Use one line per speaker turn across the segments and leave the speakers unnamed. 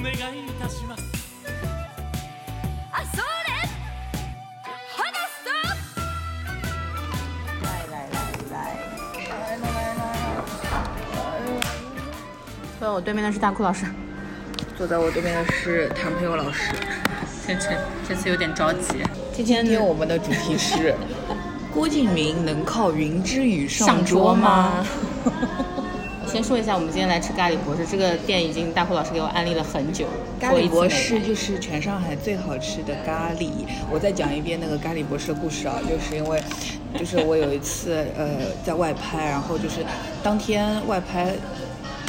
願いいたします
あそれ話すと
坐我对面的是大哭老师，
坐在我对面的是谭朋友老师。
这这这次有点着急。
今天
今天我们的主题是： 郭敬明能靠云之羽
上
上
桌
桌
吗
吗？
先说一下，我们今天来吃咖喱博士这个店，已经大哭老师给我安利了很久。
咖
我一
喱
直
博
没
士
来
就是全上海最好吃的咖喱。我再讲一遍那个咖喱博士的故事啊，就是因为，就是我有一次呃在外拍，然后就是当天外拍。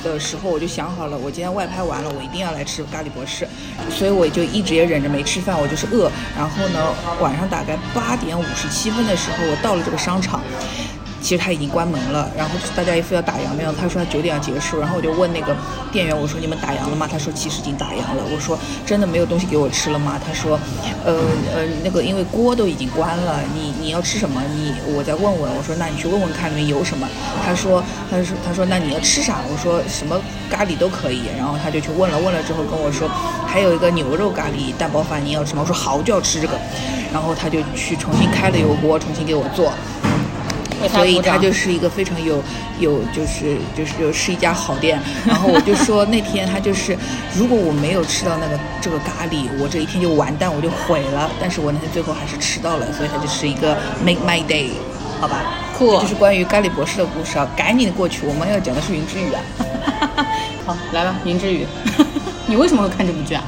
的时候我就想好了，我今天外拍完了，我一定要来吃咖喱博士，所以我就一直也忍着没吃饭，我就是饿。然后呢，晚上大概八点五十七分的时候，我到了这个商场，其实他已经关门了，然后大家一副要打烊的样子。他说他九点要结束，然后我就问那个店员，我说你们打烊了吗？他说其实已经打烊了。我说真的没有东西给我吃了吗？他说，呃呃，那个因为锅都已经关了，你你要吃什么？你我再问问。我说那你去问问看里面有什么。他说他说他说那你要吃啥？我说什么咖喱都可以。然后他就去问了，问了之后跟我说还有一个牛肉咖喱蛋包饭，你要吃吗？我说好，我就要吃这个。然后他就去重新开了油锅，重新给我做。
为他
所以
鼓
他
掌
就是一个非常有有就是就是有是一家好 店。然后我就说那天他就是，如果我没有吃到那个这个咖喱，我这一天就完蛋，我就毁了。但是我那天最后还是吃到了，所以他就是一个 make my day，好吧？
Cool
这就是关于咖喱博士的故事啊，赶紧过去，我们要讲的是云之羽啊。
好来吧，云之羽， 你为什么会看这部剧啊？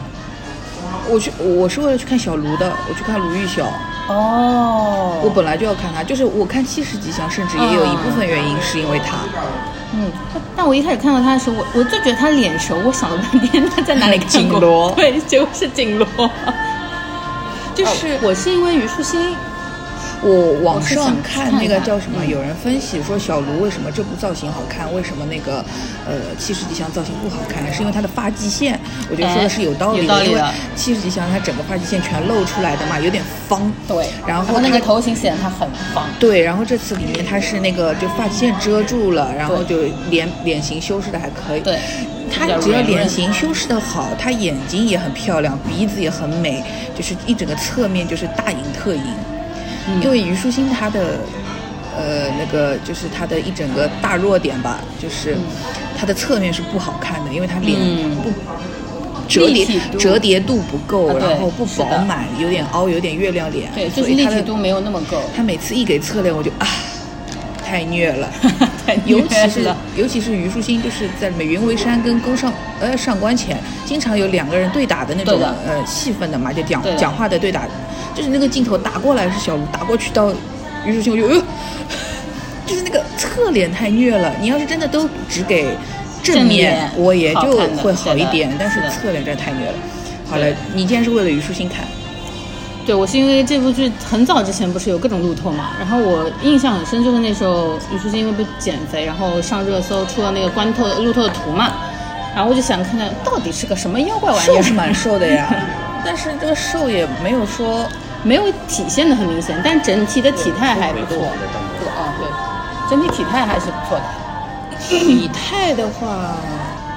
我去，我是为了去看小卢的，我去看卢昱晓。
哦
我本来就要看他，就是我看七十几项，甚至也有一部分原因是因为他。
嗯，但我一开始看到他的时候，我我就觉得他脸熟，我想了半天他在哪里看过？
景罗
对，结果是景罗。
就是
哦我是因为虞书欣，
我网
我是想
上看那
看
个
一下
叫什么，
嗯
有人分析说小卢为什么这部造型好看，为什么那个呃七十几香造型不好看，是因为她的发际线，我觉得说的是有道理
哎有道理的
因为七十几香她整个发际线全露出来的嘛，有点方。
对，
然后
那个
她
头型显得他很方。
对，然后这次里面她是那个就发际线遮住了，然后就脸脸型修饰的还可以。
对
她
比较
只要
圆润
脸型修饰的好，她眼睛也很漂亮，鼻子也很美，就是一整个侧面就是大赢特赢。
嗯
因为虞书欣她的呃那个就是她的一整个大弱点吧，就是她的侧面是不好看的，因为她脸
嗯
不。折叠
立体度
折叠度不够，
啊对
然后不
是
饱
的
满，有点凹，有点月亮脸，
对，就
所
是
以
立
她
体
的
度没有那么够。
他每次一给侧脸，我就啊，太虐 了
太虐，
尤其是
了
尤其是虞书欣，就是在美云围山跟宫上呃上官浅，经常有两个人对打的那种
对的
呃戏份的嘛，就讲
对的
讲话的对打，就是那个镜头打过来是小卢，打过去到虞书欣，我就呃， 就是那个侧脸太虐了。你要是真的都只给正
正
面
面，
我也
好
就
看的
会好
对
一
的
点，但是
是的
侧脸真的太虐了。好了
对，
你竟然是为了虞书欣看，
对，我是因为这部剧很早之前不是有各种路透嘛，然后我印象很深，就是那时候虞书欣因为不减肥，然后上热搜出了那个关透的路透的图嘛，然后我就想看看到底是个什么妖怪玩意
瘦
儿，
是蛮瘦的呀， 但是这个瘦也没有说
没有体现的很明显，但整体的体态还不错。对，哦对，整体体态还是不错的。
体态的话，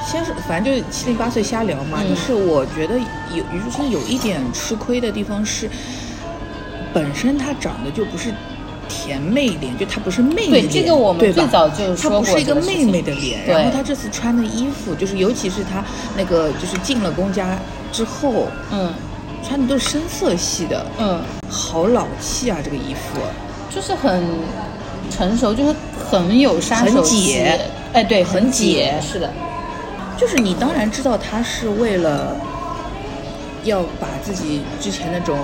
先是反正就七零八碎瞎聊嘛。
嗯
就是我觉得有虞书欣有一点吃亏的地方是，本身她长得就不是。甜妹脸，就她不是妹
对
脸，
这个我们
对吧
最早就说过
她不是一个
这个事
妹
情
妹的脸。
对
然后她这次穿的衣服，就是尤其是她那个就是进了宫家之后，
嗯
穿的都是深色系的，
嗯，
好老气啊！这个衣服，
就是很成熟，就是很有杀手
很
气
解。
哎，对，
很
很解，
解
是的。
就是你当然知道他是为了要把自己之前那种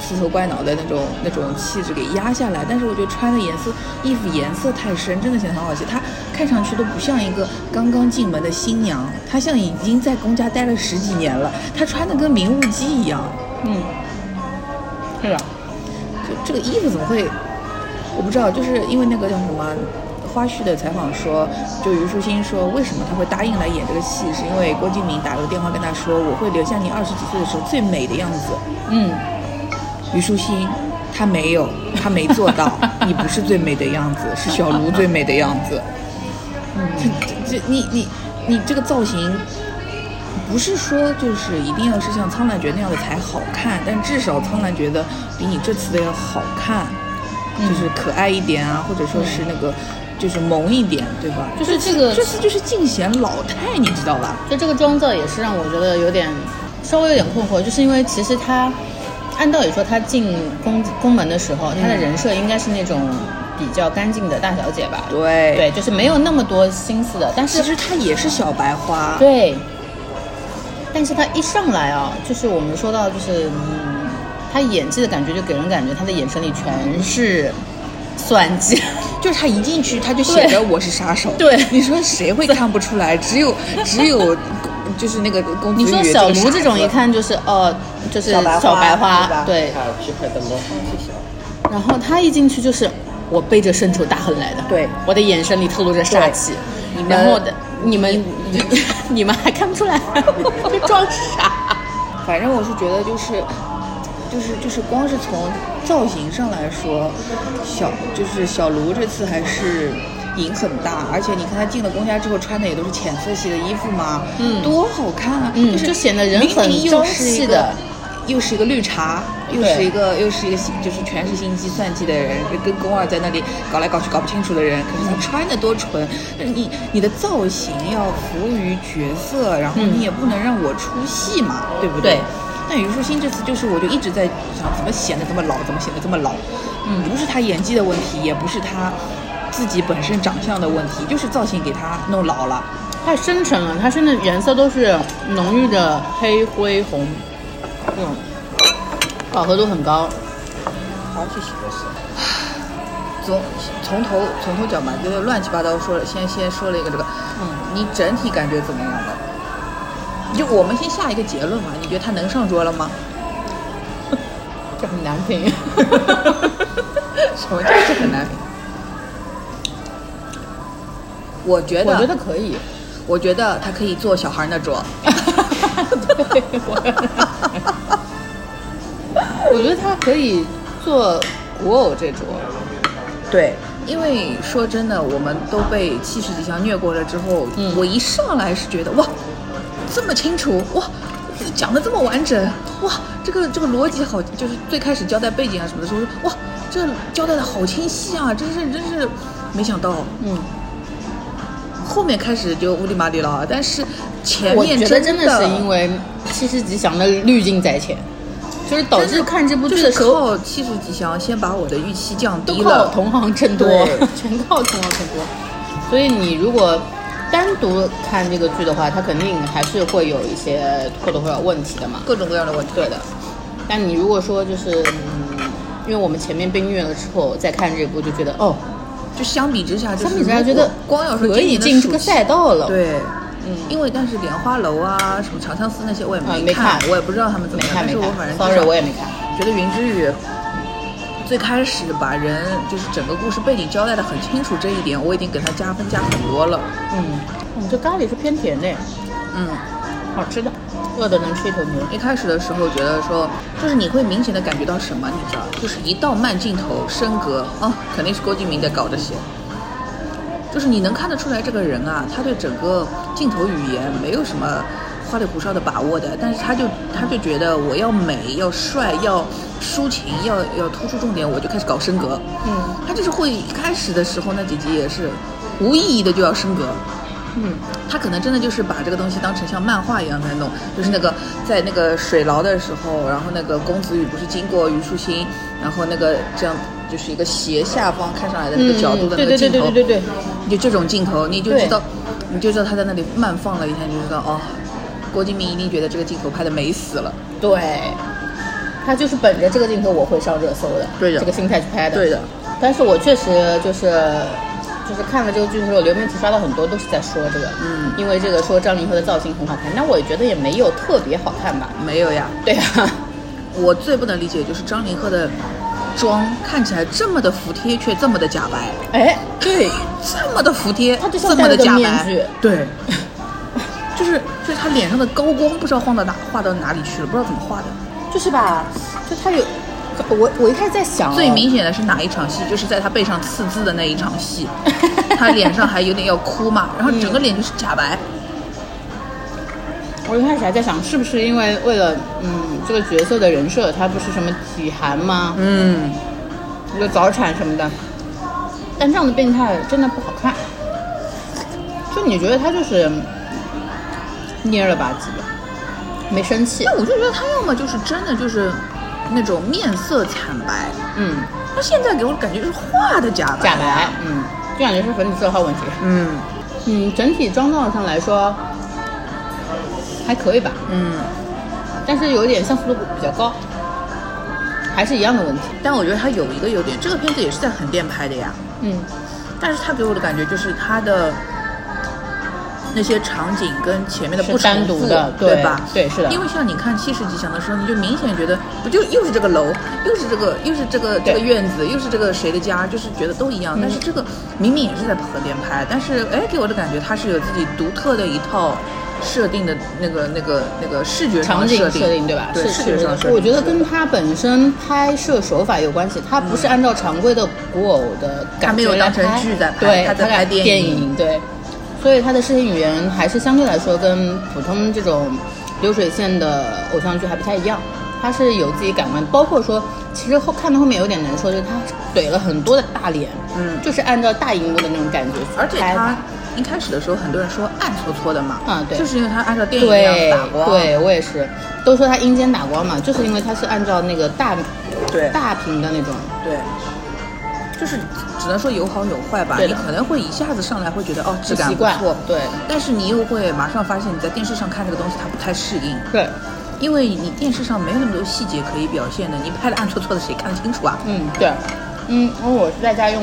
刺头怪脑的那种那种气质给压下来，但是我觉得穿的颜色衣服颜色太深，真的显得很好奇。她看上去都不像一个刚刚进门的新娘，她像已经在公家待了十几年了，她穿的跟明雾姬一样。
嗯，是
啊
的，
就这个衣服怎么会？我不知道，就是因为那个叫什么花絮的采访说，就虞书欣说，为什么她会答应来演这个戏，是因为郭敬明打了个电话跟她说，我会留下你二十几岁的时候最美的样子。
嗯，
虞书欣，她没有，她没做 到，你不是最美的样子，是小卢最美的 样子。嗯，这这你你你这个造型不是说就是一定要是像《苍兰诀》那样的才好看，但至少《苍兰诀》的比你这次的要好看，就是可爱一点啊，或者说是那个就是萌一点，对吧？
就是这个
这次就是尽显老态，你知道吧？
就这个妆造也是让我觉得有点稍微有点困惑，就是因为其实他按道理说他进宫宫门的时候，他的人设应该是那种比较干净的大小姐吧？
对
对，就是没有那么多心思的，但
其
是
实它也是小白花，
对，但是他一上来啊，就是我们说到就是嗯，他演技的感觉就给人感觉他的眼神里全是算计，
就是他一进去他就写着
对
我是杀手，
对
你说谁会看不出来？只有只有 就是那个公子
你说
羽个
小卢
傻
这种
子
一看就是哦，就是
小白花对吧
花，对，
还有皮块的模仿技巧。
然后他一进去就是我背着深仇大恨来的，
对
我的眼神里透露着杀气，
对你们
然后我的你们 你们还看不出来， 就装 傻。
反正我是觉得就是，就是就是光是从造型上来说，小就是小卢这次还是瘾很大，而且你看他进了宫家之后穿的也都是浅色系的衣服嘛，
嗯
多好看啊！
嗯
就是
就显得人
明明
很
又
朝
是一
气
个
的。
又是一个绿茶，又
对
是一个又是一个心就是全是心机算计的人，跟宫二在那里搞来搞去搞不清楚的人。可
嗯
是他穿的多纯，你你的造型要服务于角色，然后
嗯
你也不能让我出戏嘛，对不
对
但虞书欣这次就是，我就一直在想，怎么显得这么老，怎么显得这么老？嗯，不是她演技的问题，也不是她自己本身长相的问题，就是造型给她弄老了。
太深沉了，它深的颜色都是浓郁的黑灰红，这种饱和度很高。
好，谢谢博士。
从从头从头讲吧，就是乱七八糟说了，先先说了一个这个，嗯，你整体感觉怎么样呢？就我们先下一个结论嘛，你觉得她能上桌了 吗？
这很难 评，
什么叫这很难评？我觉得，
我觉得可以。
我觉得他可以做小孩儿那桌。
对，我我觉得它可以做古偶这种。
对，因为说真的，我们都被七十几项虐过了之后，
嗯
我一上来是觉得哇，这么清楚哇。讲的这么完整，哇，这个这个逻辑好，就是最开始交代背景啊什么的时候，哇，这交代的好清晰啊，真是真是，没想到
嗯，
后面开始就乌里麻里了，但是前
我
面
觉得
真
真的是因为七十吉祥的滤镜在前，就是导致看这部剧的时候
候，七十几箱先把我的预期降
都
低
靠
了，
同行衬托
对，
全靠同行衬托。所以你如果单独看这个剧的话，它肯定还是会有一些或多或少问题的嘛。
各种各样的问题。
对的。但你如果说就是，嗯，因为我们前面被虐了之后再看这部，就觉得哦，
就相比之下，就
相
是
比之下
如
觉
果
得
光要说
可
今
以
年的
进这个
暑期
赛道了。
对，
嗯
因为但是莲花楼啊，什么长相思那些我也
啊
没
没
看，
看
我也不知道他们怎
没
么样，
看
但
没
是我反正
看，sorry，我也
没
没看。
觉得云之羽。最开始把人就是整个故事背景交代的很清楚，这一点我已经给他加分加很多了。
嗯，我们这咖喱是偏甜的，
嗯，
好吃的，饿的能吃一头牛。
一开始的时候觉得说，就是你会明显的感觉到什么，你知道，就是一到慢镜头、升格，哦，肯定是郭敬明在搞这些。就是你能看得出来，这个人啊，他对整个镜头语言没有什么花里胡哨的把握的，但是他就他就觉得我要美、要帅、要抒情、要要突出重点，我就开始搞升格。
嗯
他就是会一开始的时候，那几集也是无意义的就要升格，
嗯，
他可能真的就是把这个东西当成像漫画一样在弄，就是那个在那个水牢的时候，然后那个公子羽不是经过虞书欣，然后那个这样就是一个斜下方看上来的那个角度的那
嗯对
个
对对
镜
对
头，
对对
就
对，
这种镜头，你就知道，你就知道他在那里慢放了一下，你就知道哦，郭敬明一定觉得这个镜头拍的美死了。
对，他就是本着这个镜头我会上热搜的，
对的
这个心态去拍的，
对的。
但是我确实就是就是看了这个剧之后，流媒体刷到很多都是在说这个，
嗯
因为这个说张凌赫的造型很好看，但我也觉得也没有特别好看吧，
没有呀，
对啊，
我最不能理解就是张凌赫的妆看起来这么的服帖，却这么的假白。
哎，
对，这么的服帖，
他就像
这么的
戴
假
了个
白，
面具
对， 就是就是他脸上的高光不知道放到哪画到哪里去了，不知道怎么画的。
就是吧，就他有，我我一开始在想、啊
哦最明显的是哪一场戏，就是在他背上刺字的那一场 戏，他脸上还有点要哭嘛，然后整个脸就是假白。
我一开始还在想，是不是因为为了嗯这个角色的人设，他不是什么体寒吗？
嗯，
有早产什么的，但这样的变态真的不好看。就你觉得他就是蔫了吧唧的，没生气，
那我就觉得他要么就是真的就是那种面色惨白，
嗯，
他现在给我感觉就是画的假白，
假白，，嗯，就感觉是粉底色号问题。
嗯
嗯，整体妆造上来说还可以吧，
嗯。
但是有一点相似度比较高，还是一样的问题。
但我觉得他有一个优点，这个片子也是在横店拍的呀，
嗯，
但是他给我的感觉就是他的那些场景跟前面的
是
不重
单独
复
的
对
对
吧？
对是的
因为像你看七十几响的时候，你就明显觉得不就又是这个楼，又是这个，又是这个这
对嗯
个院子，又是这个谁的家，就是觉得都一样。但是这个明明也是在横店拍，但是哎，给我的感觉它是有自己独特的一套。设定的那个、那个、那个视觉上
场
的
景
设
设定对吧？
对，
是
视
是
觉上的
是
设定。
我觉得跟他本身拍摄手法有关系，他不是按照常规的古偶的
他嗯
感
没有
觉来
当成
拍
剧在拍
对，
他在拍电
电
影
影，对，所以他的视听语言还是相对来说跟普通这种流水线的偶像剧还不太一样。他是有自己感官，包括说，其实后看到后面有点难受，就是他怼了很多的大脸，
嗯
就是按照大荧幕的那种感觉去拍，
而且他一开始的时候，很多人说暗搓搓的嘛，
啊对
就是因为他按照电影那
对
样打光，
对我也是，都说他阴间打光嘛，就是因为他是按照那个大
对
大屏的那种，
对，就是只能说有好有坏吧。
对
你
的
可能会一下子上来会觉得哦质
不
感
习
不
惯
错，
对
但是你又会马上发现你在电视上看这个东西它不太适应，
对，
因为你电视上没有那么多细节可以表现的，你拍的暗搓搓的谁看得清楚啊？
嗯对，嗯，因为我是在家用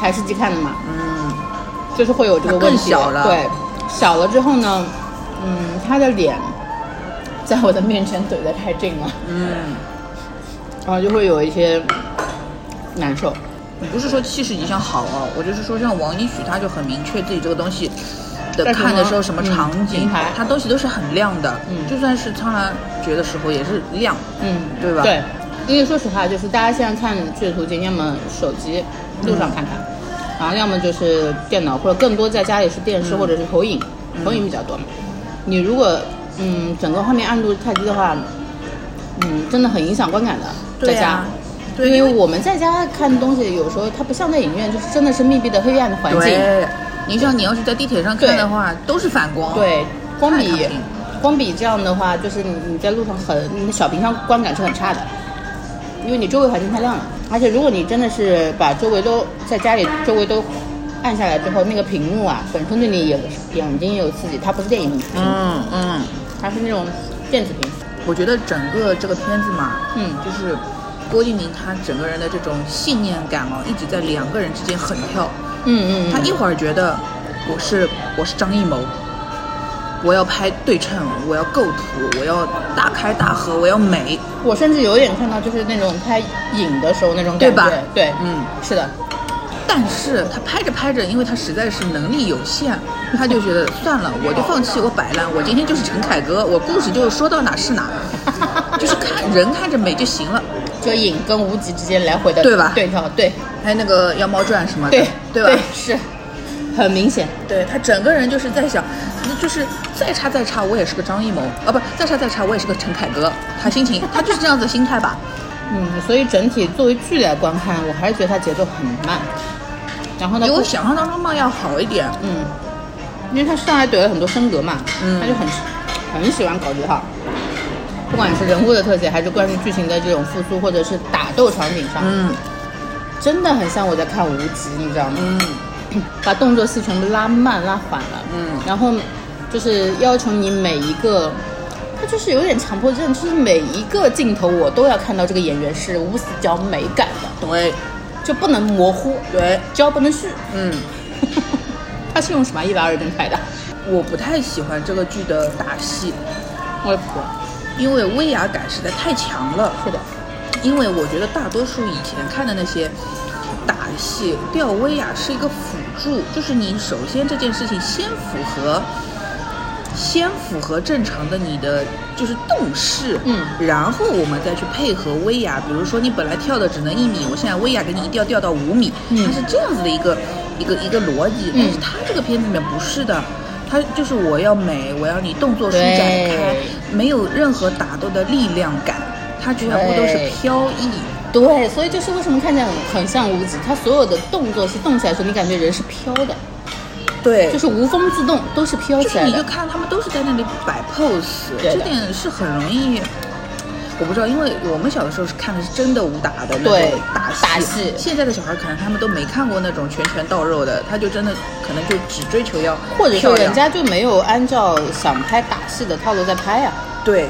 台式机看的嘛，
嗯，
就是会有这个
那更
问题，
小了
对，小了之后呢，嗯，他的脸在我的面前怼得太近了，嗯，然后就会有一些难受，
你不是说七十以上好哦，我就是说像王一许他就很明确自己这个东西。的
干什么
看的时候什么
嗯
场景
平台，
他东西都是很亮的，
嗯
就算是苍兰诀的时候也是亮，
嗯，
对吧
对，因为说实话，就是大家现在看剧的途径，要么手机路
嗯
上看看，然后要么就是电脑，或者更多在家里是电
嗯
视、或者是投影，投影比较多嘛。你如果嗯整个画面暗度太低的话，嗯，真的很影响观感的，
对呀
在家。
对
因
因
为
为
我们在家看东西，有时候它不像在影院，就是真的是密闭的黑暗的环境，
对，你像你要是在地铁上看的话，都是反光。，
对，光
太
比
躺平
光比这样的话，就是你你在路上很，你的小屏上观感是很差的，因为你周围环境太亮了。而且如果你真的是把周围都在家里周围都按下来之后，那个屏幕啊，本身对你眼眼睛也有刺激，它不是电影屏，
嗯嗯，
它是那种电子屏。
我觉得整个这个片子嘛，
嗯
就是郭敬明他整个人的这种信念感哦，一直在两个人之间横跳。
嗯嗯，
他一会儿觉得我是我是张艺谋，我要拍对称，我要构图，我要大开大合，我要美，
我甚至有点看到就是那种他影的时候那种感觉，
对吧？
对，
嗯。
是的，
但是他拍着拍着，因为他实在是能力有限，他就觉得算了，我就放弃，我摆烂，我今天就是陈凯歌，我故事就说到哪是哪，就是看人看着美就行了。
就影跟无极之间来回的
对吧
对跳，对
还有那个《妖猫传》什么的，
对
对吧？
是，很明显。
对他整个人就是在想，就是再差再差，我也是个张艺谋啊，不再差再差，我也是个陈凯歌。他心情，他就是这样子的心态吧。
嗯，所以整体作为剧来观看，我还是觉得它节奏很慢。然后呢
比，我
故
想象当中嘛要好一点。
嗯，因为它上来怼了很多升格嘛，
嗯
他就很很喜欢搞这套，不管是人物的特写，还是关于剧情的这种复苏，或者是打斗场景上，
嗯
真的很像我在看无极，你知道吗？
嗯，
把动作戏全部拉慢拉缓了，
嗯
然后就是要求你每一个，他就是有点强迫症，就是每一个镜头我都要看到这个演员是无死角美感的。
对
就不能模糊，
对，
焦不能虚。
嗯。
他是用什么一百二十帧拍的？
我不太喜欢这个剧的打戏，
我也不会。
因为威亚感实在太强了。
是的，
因为我觉得大多数以前看的那些打戏，吊威亚是一个辅助，就是你首先这件事情先符合，先符合正常的你的就是动势，
嗯
然后我们再去配合威亚。比如说你本来跳的只能一米，我现在威亚给你一定要掉到五米，
嗯
它是这样子的一个一个一个逻辑。
嗯
但是它这个片子里面不是的，它就是我要美，我要你动作舒展开
对，
没有任何打斗的力量感，它全部都是
对
飘逸。
对，所以就是为什么看起来很很像无极，它所有的动作是动起来的时候，你感觉人是飘的，
对
就是无风自动，都是飘
就
起
是
来
你就
的。
看他们都是在那里摆 pose，
对的
这点是很容易。我不知道，因为我们小的时候是看的是真的武打的那
对
种打戏，
打戏
现在的小孩可能他们都没看过那种拳拳到肉的，他就真的可能就只追求要
或者
漂
说
亮
人家就没有按照想拍打戏的套路在拍呀、啊，
对，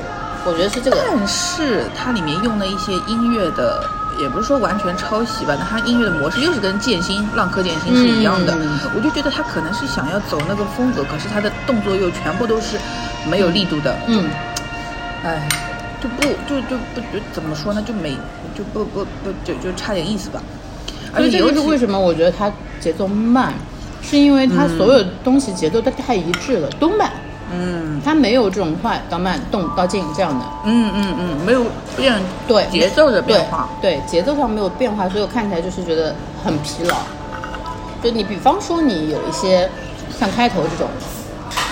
我觉得是这个。
但是它里面用的一些音乐的，也不是说完全抄袭吧，那它音乐的模式又是跟剑心、浪客剑心是一样的。
嗯
我就觉得他可能是想要走那个风格，可是他的动作又全部都是没有力度的，
嗯，
哎，就不就就不就怎么说呢，就没就不不不就就差点意思吧。
所
而
以
且
这
尤
就是
其
为什么我觉得它节奏慢，是因为它所有东西节奏都太一致了，都慢，
嗯
它没有这种快到慢、动到静这样的。
嗯嗯嗯，没有变
对
节奏的变化。
对，对节奏上没有变化，所以我看起来就是觉得很疲劳。就你比方说你有一些像开头这种，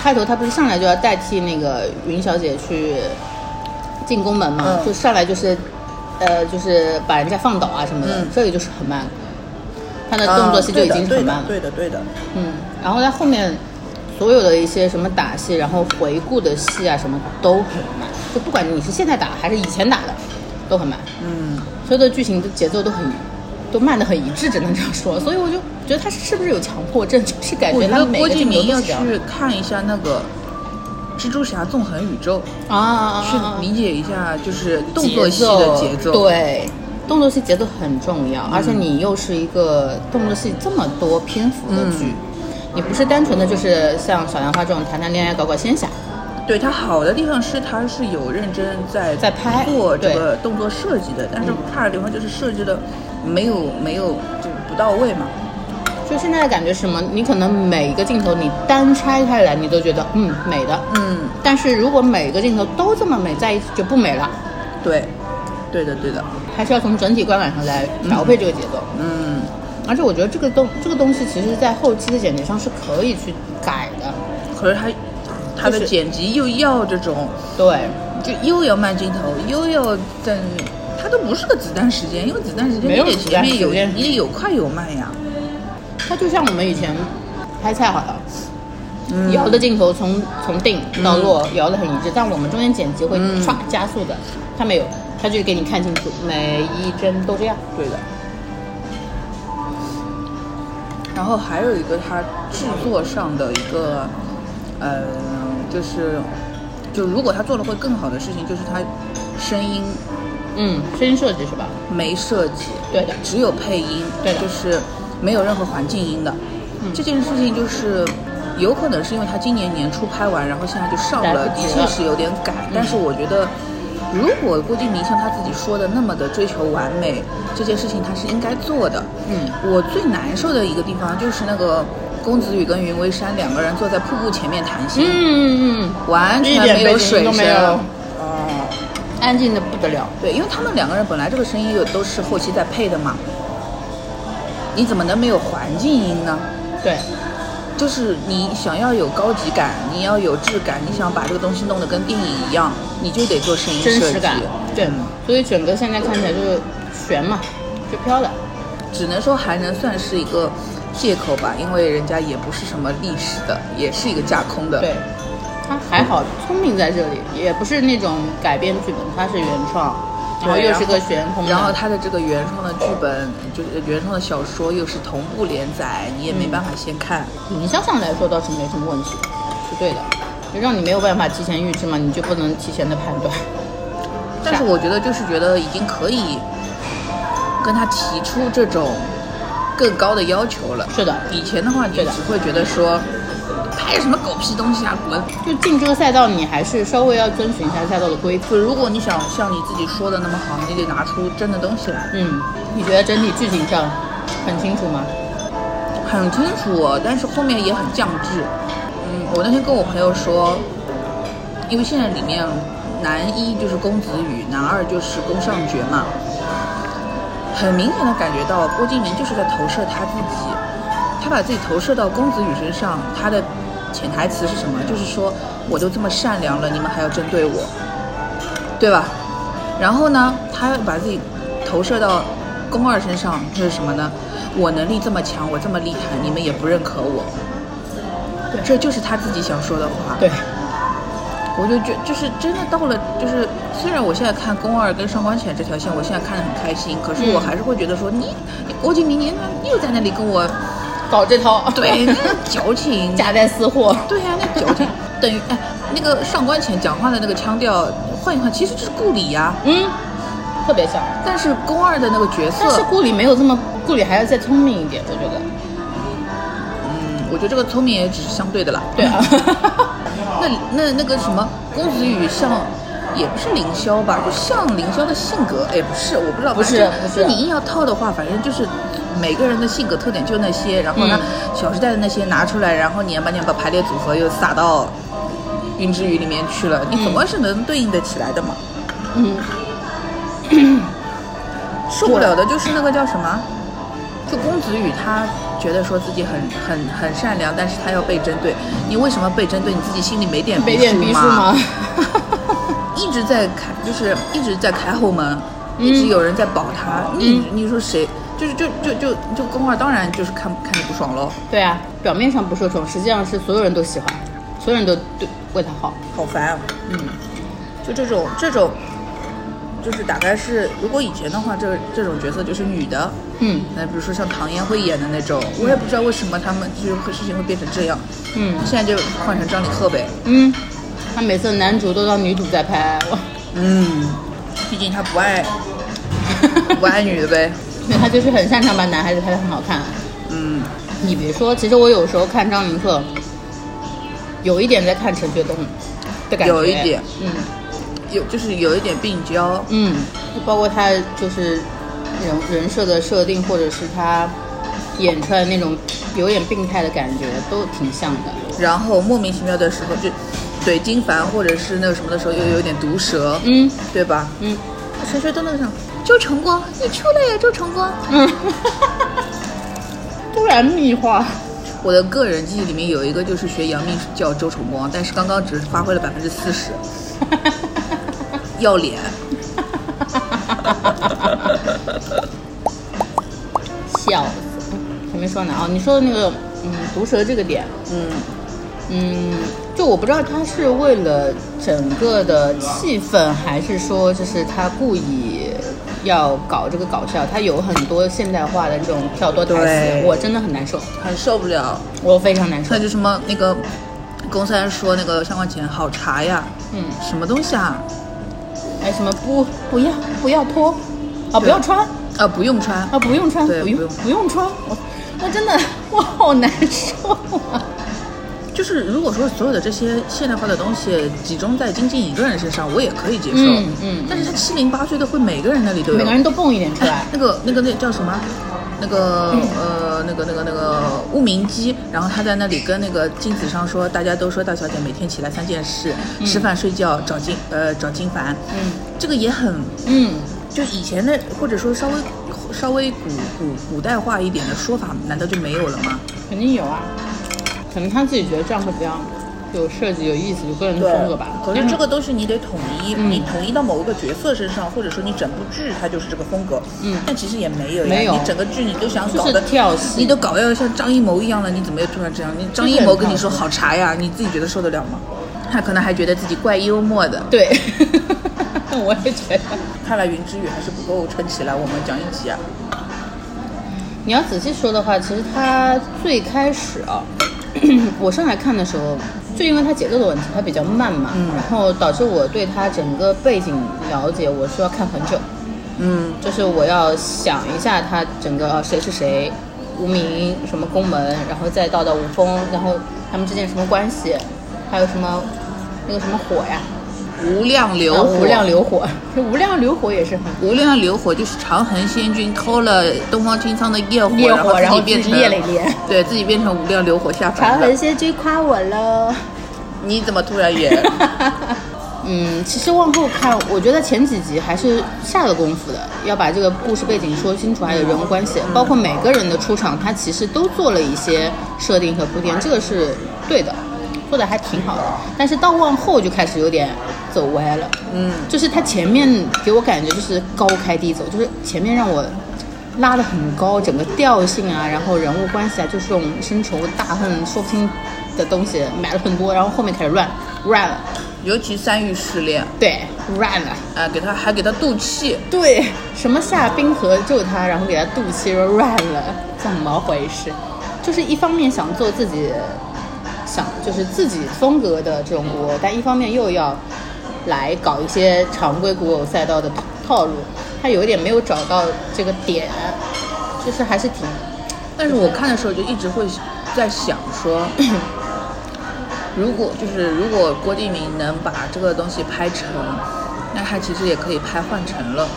开头他不是上来就要代替那个云小姐去进宫门嘛，
嗯
就上来就是呃就是把人家放倒啊什么的，
嗯
这个就是很慢。他的动作戏就已经很慢了，
啊对的，对的，对的。
嗯，然后他后面所有的一些什么打戏，然后回顾的戏啊什么都很慢，就不管你是现在打还是以前打的，都很慢。
嗯，
所有的剧情的节奏都很都慢得很一致，只能这样说。所以我就觉得他是不是有强迫症，就是感
我
觉
觉
他
得
每
郭
个
敬
镜头
明要
都是
去
这样的
看一下那个《蜘蛛侠：纵横宇宙
啊啊》，啊啊
去理解一下就是动作戏的节奏。，嗯
对。动作戏节奏很重要，而且你又是一个动作戏这么多篇幅的剧，
嗯
你不是单纯的就是像小兰花这种谈谈恋爱、搞搞仙侠，
对它好的地方是它是有认真在
在拍
做这
对嗯
个动作设计的，但是差的地方就是设计的没有没有就不到位嘛。
就现在的感觉是什么？你可能每一个镜头你单拆开来，你都觉得嗯美的，
嗯，
但是如果每个镜头都这么美在一起就不美了，
对，对的对的，
还是要从整体观感上来调配这个节奏。
嗯，
而且我觉得这个东这个东西，其实在后期的剪辑上是可以去改的。
可是它它的
就是
剪辑又要这种，
对，
就又要慢镜头，又要等。它都不是个子弹时间，因为子弹时间
没
你
有
得
子
前
弹
面
时
有
间
你得有快有慢呀。
它就像我们以前拍菜好了。
嗯
摇的镜头从从定到落、摇的很一致，但我们中间剪辑会唰加速的，它没有，它就给你看清楚每一帧都这样。
对的。然后还有一个它制作上的一个，呃，就是，就如果他做了会更好的事情，就是他声音
嗯，声音设计是吧？
没设计，
对的
只有配音，
对的嗯
就是没有任何环境音的。这件事情就是有可能是因为他今年年初拍完，然后现在就上了，
来
的
不及
确
了嗯
是有点改。但是我觉得，如果郭敬明像他自己说的那么的追求完美，这件事情他是应该做的。
嗯，
我最难受的一个地方就是那个公子羽跟云微山两个人坐在瀑布前面谈心，
嗯嗯
完
一
全
点
没有
背景音
水
都
声。
没有
哦
嗯，安静的不得了。
对，因为他们两个人本来这个声音又都是后期在配的嘛，你怎么能没有环境音呢？
对，
就是你想要有高级感，你要有质感，你想把这个东西弄得跟电影一样，你就得做声音
真
设
实
计。
感。对
嗯，
所以整个现在看起来就是悬嘛，就飘了。
只能说还能算是一个借口吧，因为人家也不是什么历史的，也是一个架空的。
对，他还好，聪明在这里，也不是那种改编剧本，它是原创，然后
对
又是个悬空的。
然后他的这个原创的剧本，就是呃原创的小说，又是同步连载，你也
嗯
没办法先看。
营销上来说倒是没什么问题，是对的，就让你没有办法提前预知嘛，你就不能提前的判断。
但是我觉得就是觉得已经可以跟他提出这种更高的要求了。
是的
以前的话你
对的
只会觉得说拍什么狗屁东西啊，滚！
就进这个赛道，你还是稍微要遵循一下赛道的规则。
就如果你想像你自己说的那么好，你得拿出真的东西来。
嗯，你觉得整体剧情上很清楚吗？
很清楚，但是后面也很降智。嗯，我那天跟我朋友说，因为现在里面男一就是公子羽，男二就是宫尚爵嘛，很明显的感觉到郭敬明就是在投射他自己，他把自己投射到公子羽身上，他的潜台词是什么？就是说我都这么善良了，你们还要针对我，对吧？然后呢，他把自己投射到宫二身上，这是什么呢？我能力这么强，我这么厉害，你们也不认可我，这就是他自己想说的话。
对，
我就觉就是真的到了，就是虽然我现在看宫二跟上官浅这条线，我现在看得很开心，可是
嗯
我还是会觉得说、你你郭敬明，你你又在那里跟 我
搞这 套，
对那矫 情，
夹带私货，
对呀、那矫情等于哎那个上官浅讲话的那个腔调换一换，其实就是顾里呀、
嗯，特别像。
但是宫二的那个角色，
但是顾里没有这么，顾里还要再聪明一点，我觉得。
嗯，我觉得这个聪明也只是相对的啦。
对啊，
那那那个什么，公子羽像，也不是凌霄吧？就像凌霄的性格，哎，不是，我不知道，
不是
反正
不是
就你硬要套的话，反正就是每个人的性格特点就那些，然后呢，
嗯
小时代的那些拿出来，然后你把你把排列组合又撒到云之羽里面去了，你总归是能对应得起来的嘛。
嗯，
受不了的就是那个叫什么，就公子羽他。觉得说自己很很很善良，但是他要被针对。你为什么被针对？你自己心里没点
没点逼数吗？
一直在开，就是一直在开后门，一
嗯
直有人在保他。你你说谁？就是就就就就宫二当然就是看看着不爽喽，
对啊，表面上不受宠，实际上是所有人都喜欢，所有人都对为他好。
好烦啊！嗯，就这种这种，就是大概是如果以前的话，这这种角色就是女的，
嗯
那哎比如说像唐嫣会演的那种，我也不知道为什么他们就是会事情会变成这样。
嗯
现在就换成张凌赫呗，
嗯，他每次男主都当女主在拍， 我
嗯，毕竟他不爱不爱女的呗，
因为他就是很擅长把男孩子拍得很好看。啊
嗯，
你别说，其实我有时候看张凌赫，有一点在看陈学冬的感觉，
有一点，
嗯
有就是有一点病娇，
嗯，包括他就是人人设的设定，或者是他演出来那种有点病态的感觉，都挺像的。
然后莫名其妙的时候就怼金凡或者是那个什么的时候又有点毒舌，
嗯
对吧？
嗯
谁谁都那个上，周成光，你出来呀，周成光！
嗯，突然密话，
我的个人记忆里面有一个就是学杨幂叫周成光，但是刚刚只是发挥了百分之四十，要脸。
笑死！还没说呢啊，你说的那个嗯毒舌这个点，
嗯，
嗯，就我不知道他是为了整个的气氛，还是说就是他故意要搞这个搞笑。他有很多现代化的这种跳多台
对
词，我真的很难受，
很受不了。
我非常难受
那。就什么那个，公三说那个相关钱好茶呀，
嗯，
什么东西啊？
还有什么不不要不要脱啊，不要穿
啊，不用穿。
啊，不用穿，
对
不用
不用
不用穿，我我真的我好难受啊。
就是如果说所有的这些现代化的东西集中在金靖一个人身上，我也可以接受。
嗯嗯
但是他七零八碎的会每个人那里都有。
每个人都蹦一点出来
哎，那个那个那叫什么？那个呃，那个那个那个乌明基，然后他在那里跟那个金子商说，大家都说大小姐每天起来三件事：吃饭、睡觉、找金呃找金凡。
嗯，
这个也很
嗯，
就以前的或者说稍微稍微古古古代化一点的说法，难道就没有了吗？
肯定有啊，可能他自己觉得这样会比较有设计、有意思、有个人风格吧。
可是
但
这个东西你得统一，
嗯
你统一到某一个角色身上，或者说你整部剧它就是这个风格。
嗯
但其实也没有呀，
没有
你整个剧你都想搞
就
的
是跳戏
你都搞得像张艺谋一样了，你怎么又突然这样？你张艺谋跟你说好茶呀，你自己觉得受得了吗？嗯他可能还觉得自己怪幽默的。
对， 我也觉得。
看来云之羽还是不够撑起来我们讲一集啊。
你要仔细说的话，其实它最开始啊， 我上来看的时候，就因为它节奏的问题，它比较慢嘛，
嗯
然后导致我对它整个背景了解，我是要看很久。
嗯，
就是我要想一下他整个呃谁是谁，无名什么宫门，然后再到的无风，然后他们之间什么关系，还有什么那个什么火呀，
无量流
啊
火，
无量流火， 这无量流火也是很
无量流火就是长恒仙君偷了东方青苍的业火，
烈火，然
然
后
后自己
自
变
己
成
列了一列。
对自己变成无量流火下
长
凡
恒
了。
仙君夸我喽，
你怎么突然 也？
嗯，其实往后看，我觉得前几集还是下了功夫的，要把这个故事背景说清楚，还有人物关系，包括每个人的出场，他其实都做了一些设定和铺垫，这个是对的。做的还挺好的，但是到往后就开始有点走歪了。
嗯，
就是他前面给我感觉就是高开低走，就是前面让我拉得很高，整个调性啊，然后人物关系啊，就是这种深仇大恨、说不清的东西买了很多，然后后面开始乱乱了，
尤其三遇失恋，
对乱了。
啊，给他还给他渡气，
对，什么夏冰河救他，然后给他肚脐说乱了，怎么回事？就是一方面想做自己想就是自己风格的这种古偶，但一方面又要来搞一些常规古偶赛道的套路，他有一点没有找到这个点，就是还是挺
但是我看的时候就一直会在想 说，如果就是如果郭敬明能把这个东西拍成，那他其实也可以拍换成了，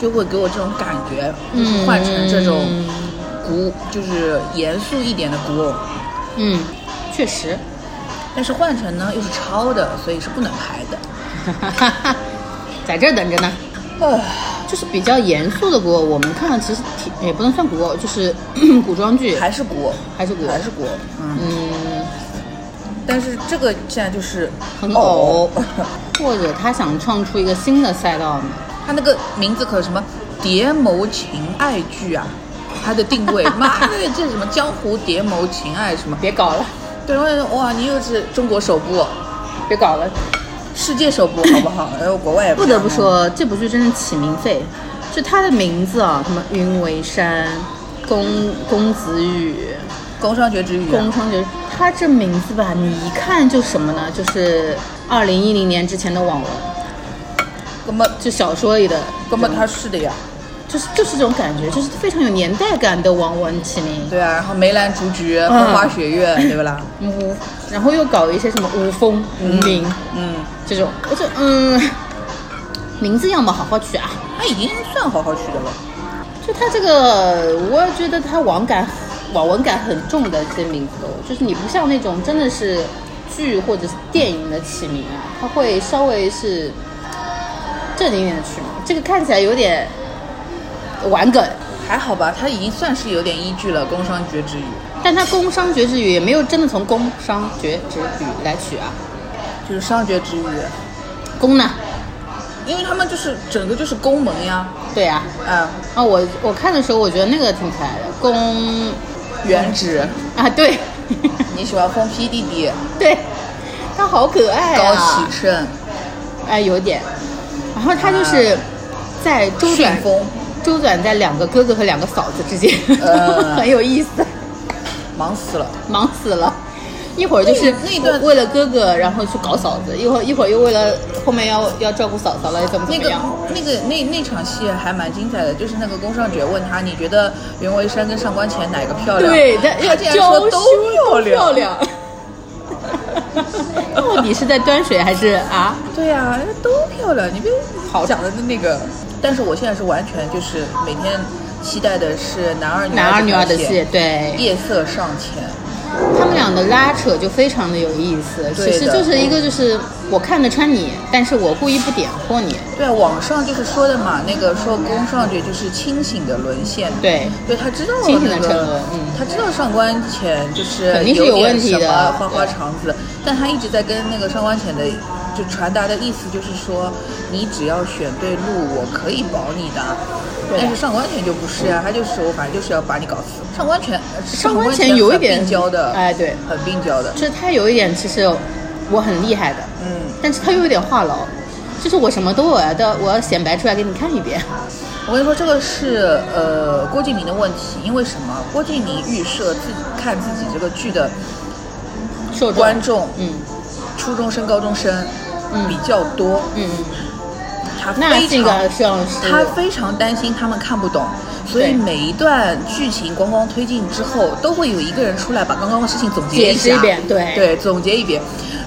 就会给我这种感觉，就是换成这种
嗯
古就是严肃一点的古偶，
嗯，确实，
但是换成呢又是抄的，所以是不能拍的。
在这儿等着呢。就是比较严肃的古偶，我们看了其实挺也不能算古偶，就是 古装剧，
还是古偶，
还是古偶
还是古偶，嗯。
嗯，
但是这个现在就是
很偶，或者他想创出一个新的赛道呢？
他那个名字可什么谍谋情爱剧啊，他的定 位，妈的，这是什么江湖谍谋情爱什么？
别搞了，
对，我想哇，你又是中国首部，
别搞了！
世界首部好不 好？然后国外也
不得不说，这部剧真的起名费，就它的名字啊，什么云为山、公公子羽、
《工商绝之语》啊
宫窗觉，它这名字吧，你一看就什么呢？就是二零一零年之前的网文，
那么
就小说里的，
那么他是的呀，
就是就是这种感觉，就是非常有年代感的网文起名。
对啊，然后梅兰竹菊、风花雪月，对不啦？
嗯，然后又搞一些什么无风无名，
嗯，
这种，我就嗯，名字要么好好取啊，
那已经算好好取的了。
就他这个，我觉得他网感网文感很重的这些名字哦，就是你不像那种真的是剧或者是电影的起名啊，他会稍微是正经一点的取名，这个看起来有点玩梗，
还好吧，他已经算是有点依据了，《工商绝之语
但他工商角之语也没有真的从工商角之语来取啊，》
就是商绝之语，
工呢？
因为他们就是整个就是宫门呀，
对啊，
啊，
啊我我看的时候我觉得那个挺可爱的，工
原址。
啊对。
你喜欢疯批弟弟
对，他好可爱
高
啊！
启盛，
哎，有点。然后他就是
啊
在周转
旋风
周转在两个哥哥和两个嫂子之间，
呃
很有意思，
忙死了。
忙死了。一会儿就是
那一段
为了哥哥，然后去搞嫂子；一会儿一会儿又为了后面要要照顾嫂嫂了，怎么怎
那
么
个
样？
那个那那场戏还蛮精彩的，就是那个宫上角问他，你觉得袁惟珊跟上官浅哪个漂亮？
对，但
他
要
竟然说
娇
都
羞
亮。
漂 亮。到底是在端水还是啊？
对呀、都漂亮。你别好讲的那个，但是我现在是完全就是每天期待的是 男二女
男二女二的
这场
戏，对，
夜色上前，
他们俩的拉扯就非常的有意思，
对的
其实就是一个就是我看得穿你，但是我故意不点破你，
对啊，网上就是说的嘛，那个说宫上角就是清醒的沦陷，
对，
对他知道
清醒
那
的
个，
沉沦嗯
他知道上官浅就是
肯定是有
点
问题的
什么花花
对
肠子，但他一直在跟那个上官浅的就传达的意思就是说，你只要选对路，我可以保你的。
对
但是上官浅就不是啊，他就是我反正就是要把你搞死。上官浅，
上官
官
浅有一
很
点
病娇的，
哎对
很病娇的
就，是他有一点其实我很厉害的，
嗯。
但是他又有点话痨，就是我什么都我要的，我要显摆出来给你看一遍，
我跟你说，这个是呃郭敬明的问题，因为什么？郭敬明预设自己看自己这个剧的
受众
观，众，
嗯
初中生、高中生
嗯
比较多，
嗯，
他
那
非
这个
常
摄像师
他非常担心他们看不懂，所以
对
每一段剧情咣咣推进之后，都会有一个人出来把刚刚的事情总结
解
一
释一
下，
遍，对
对，总结一遍。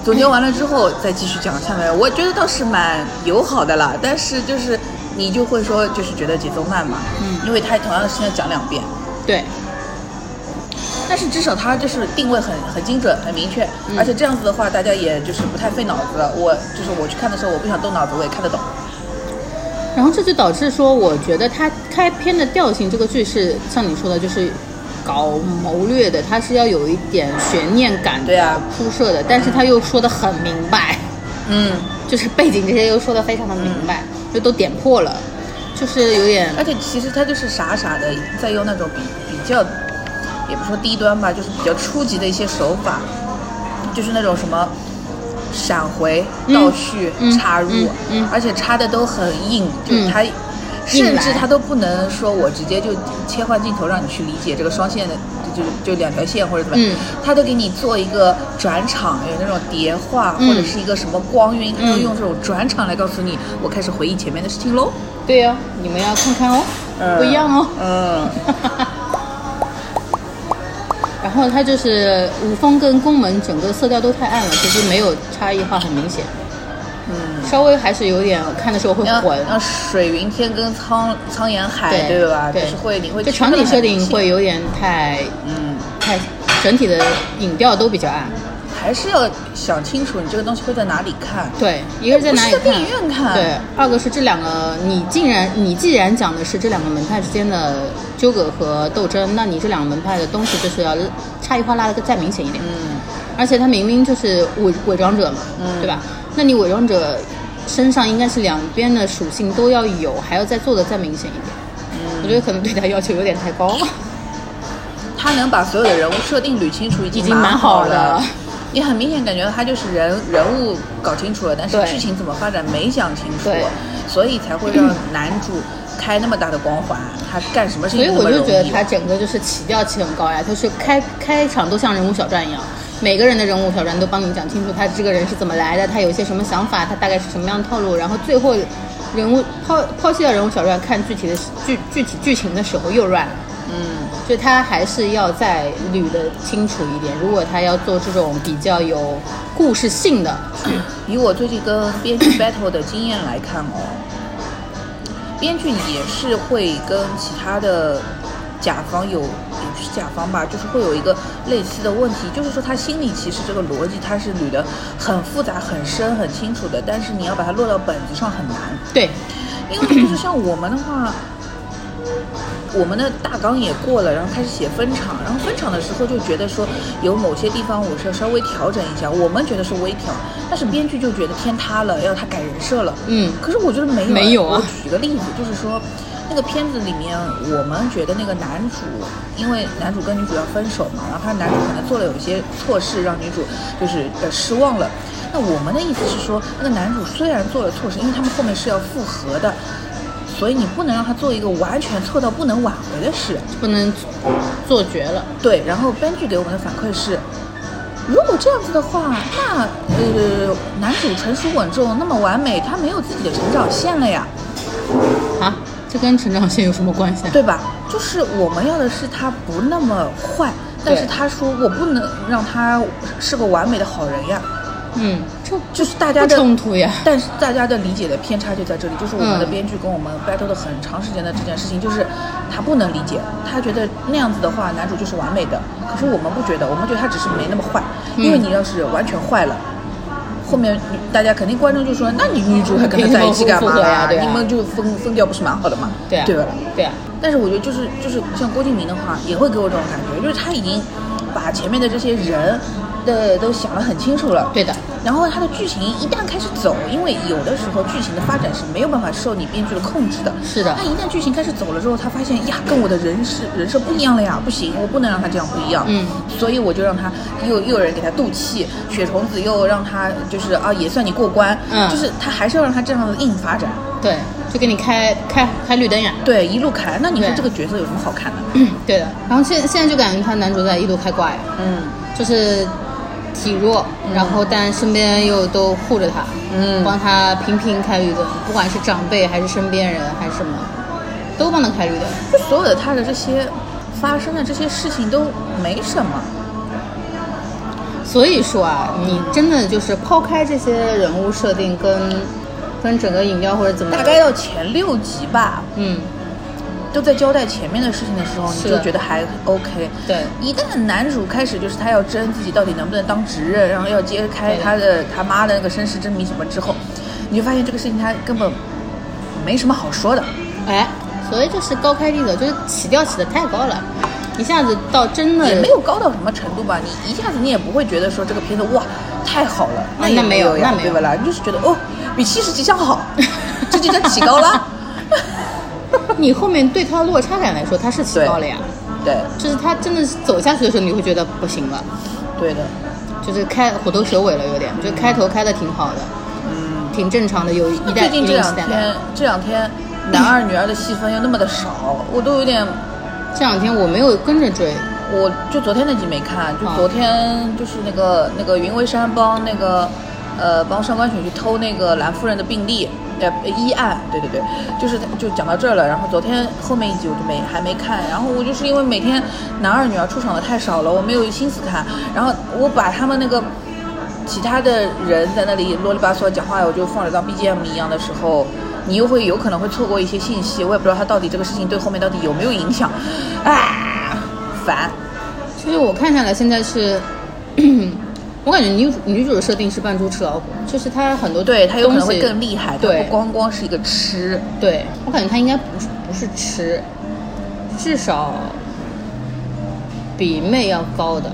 总结完了之后再继续讲下面，我觉得倒是蛮友好的啦，但是就是你就会说，就是觉得节奏慢嘛，
嗯
因为他同样的事情要讲两遍，
对
但是至少它就是定位很很精准、很明确，
嗯
而且这样子的话，大家也就是不太费脑子。我就是我去看的时候，我不想动脑子，我也看得懂。
然后这就导致说，我觉得它开篇的调性，这个剧是像你说的，就是搞谋略的，它是要有一点悬念感
对啊
的铺设的，但是他又说的很明白，
嗯，
就是背景这些又说的非常的明白，就都点破了，就是有点
而且其实他就是傻傻的在用那种比比较，也不说低端吧，就是比较初级的一些手法，就是那种什么闪回、
嗯
倒叙、
嗯
插入、
嗯嗯
而且插的都很硬，就是他。甚至他都不能说，我直接就切换镜头让你去理解这个双线的，就就就两条线或者怎么样
嗯，
他都给你做一个转场，有那种叠画、
嗯
或者是一个什么光晕，他都
嗯
用这种转场来告诉你，我开始回忆前面的事情喽。
对呀、你们要看看哦，不一样哦。
嗯，
然后它就是五峰跟宫门整个色调都太暗了，其实没有差异化很明显。嗯，稍微还是有点看的时候会
像
混。
像水云天跟苍苍岩海，
对
吧？
对，
就是会你会
就
区
场
分
景
得很
设定
明显
会有点太
嗯，
太整体的影调都比较暗。
还是要想清楚你这个东西会在哪里看。
对，一个是在哪里
哎不是在电影院看
对，二个是这两个，你竟然你既然讲的是这两个门派之间的纠葛和斗争，那你这两个门派的东西就是要差异化拉的再明显一点。
嗯，
而且他明明就是伪伪装者嘛，
嗯
对吧？那你伪装者身上应该是两边的属性都要有，还要再做的再明显一点。
嗯
我觉得可能对他要求有点太 高。
他能把所有的人物设定捋清楚，已
已经蛮
蛮好
好了。
你很明显感觉他就是人人物搞清楚了，但是
对
剧情怎么发展没讲清楚
对，
所以才会让男主开那么大的光环，他干什么事
所
情
以
都那
我
么
就
容易
觉得他整个就是起调起很高呀，就是开开场都像人物小传一样，每个人的人物小传都帮你讲清楚他这个人是怎么来的，他有一些什么想法，他大概是什么样的套路，然后最后人物抛抛弃掉人物小传，看具体的具具体剧情的时候又乱了。
嗯，
就他还是要再捋得清楚一点。如果他要做这种比较有故事性的，
以我最近跟编剧 battle 的经验来看哦，编剧也是会跟其他的甲方有，也不是甲方吧，就是会有一个类似的问题，就是说他心里其实这个逻辑他是捋得很复杂、很深、很清楚的，但是你要把它落到本子上很难，
对，
因为就是像我们的话。我们的大纲也过了，然后开始写分场，然后分场的时候就觉得说有某些地方我是要稍微调整一下，我们觉得是微调，但是编剧就觉得天塌了，要他改人设了。
嗯
可是我觉得没有啊。
没有啊
我举个例子，就是说那个片子里面，我们觉得那个男主，因为男主跟女主要分手嘛，然后他男主可能做了有一些错事，让女主就是呃失望了。那我们的意思是说，那个男主虽然做了错事，因为他们后面是要复合的。所以你不能让他做一个完全错到不能挽回的事。
不能做绝了。
对，然后编剧给我们的反馈是，如果这样子的话，那呃男主成熟稳重，那么完美，他没有自己的成长线了呀，
啊，这跟成长线有什么关系啊？
对吧？就是我们要的是他不那么坏，但是
对
他说我不能让他是个完美的好人呀，
嗯，这
就是大家
不
的
冲突呀。
但是大家的理解的偏差就在这里，就是我们的
嗯
编剧跟我们 battle 的很长时间的这件事情，就是他不能理解，他觉得那样子的话，男主就是完美的，可是我们不觉得，我们觉得他只是没那么坏，
嗯
因为你要是完全坏了。后面你大家肯定观众就说，那你女主还跟他在一起 干嘛
凭什么复合呀对啊
你们就分分掉不是蛮好的嘛？
对啊，
对吧？
对啊，
但是我觉得就是就是像郭敬明的话，也会给我这种感觉，就是他已经把前面的这些人的都想得很清楚了，
对的。
然后它的剧情一旦开始走，因为有的时候剧情的发展是没有办法受你编剧的控制的。
是的
那一旦剧情开始走了之后，他发现呀，跟我的人设人设不一样了呀，不行，我不能让他这样不一样。
嗯。
所以我就让他又又有人给他渡气，血虫子又让他就是啊也算你过关，
嗯
就是他还是要让他这样的硬发展，
对，就给你开开开绿灯呀。
对，一路砍。那你说
对
这个角色有什么好看的？
对的。然后现现在就感觉他男主在一路开挂呀，
嗯
就是体弱，然后但身边又都护着他，
嗯
帮他频频开绿灯，不管是长辈还是身边人还是什么，都帮他开绿灯。
就所有的他的这些发生的这些事情都没什么。
所以说啊，你真的就是抛开这些人物设定跟跟整个影调或者怎么，
大概到前六集吧，
嗯，
都在交代前面的事情的时候，你
是
就觉得还 OK。
对
一旦男主开始就是他要争自己到底能不能当职任，然后要揭开
对的
他的他妈的那个身世真谜什么之后，你就发现这个事情他根本没什么好说的。
哎，所以就是高开低走，就是起调起的太高了。一下子到真的
也没有高到什么程度吧，你一下子你也不会觉得说这个片子哇太好了，
那
也
没
没
有
呀
那，没
对
有
不啦？你就是觉得哦，比七十几项好，这就叫起高 了。
你后面对它的落差感来说，它是起
对
高了呀。
对，
就是它真的是走下去的时候，你会觉得不行了，
对的，
就是开虎头蛇尾了，有点。就开头开的挺好的，嗯，挺正常的，有一代
最近
一
这
零期
两
待
天这两天男二女二的戏份又那么的少，我都有点，
这两天我没有跟着追，
我就昨天那集没看，就
哦
昨天就是那个那个云为山帮那个呃帮上官犬去偷那个蓝夫人的病历。呃，医案，对对对，就是就讲到这儿了。然后昨天后面一集我就没还没看，然后我就是因为每天男二女二出场的太少了，我没有心思看。然后我把他们那个其他的人在那里啰里吧嗦讲话，我就放着当 BGM 一样的时候，你又会有可能会错过一些信息，我也不知道他到底这个事情对后面到底有没有影响，啊，烦。
其实我看下来现 在是，我感觉女主女主的设定是扮猪吃老虎，就是她很多
对他有可能
东
会
西
更厉害，他
对
不光光是一个吃，
对我感觉她应该不是不是吃，至少比妹要高的。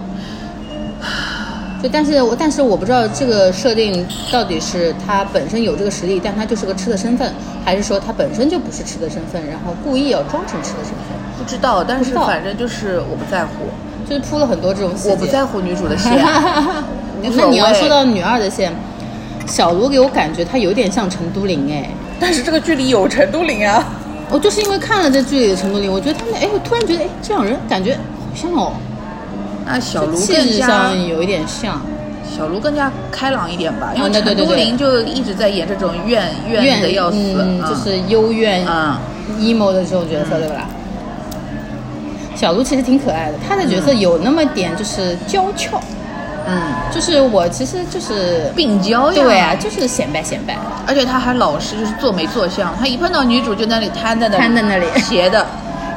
就但是我但是我不知道这个设定到底是她本身有这个实力，但她就是个吃的身份，还是说她本身就不是吃的身份，然后故意要装成吃的身份，
不知道，但
不知
是
道
反正就是我不在乎，
就是铺了很多这种细节。，
我不在乎女主的线 无
那
所
你要
谓
说到，女二的线，小罗给我感觉她有点像成都林哎，
但是这个剧里有程都灵啊，
我就是因为看了这剧里的成都林，我觉得他们哎，我突然觉得哎，这两人感觉好像哦，
那小卢
气
更
质
加
上有一点像，
小卢更加开朗一点吧，因
啊
为
对对
陈
对
都
对
灵就一直在演这种怨
怨
怨的要死，
嗯，就
嗯
是幽怨、
嗯
emo 的这种角色，对吧？小卢其实挺可爱的，她的角色有那么点就是娇俏，
嗯
就是我其实就是
病娇呀，
对啊，，就是显摆显摆，
而且他还老实，就是做没做相，他一碰到女主就在那里瘫在那里，
瘫在那里
斜的，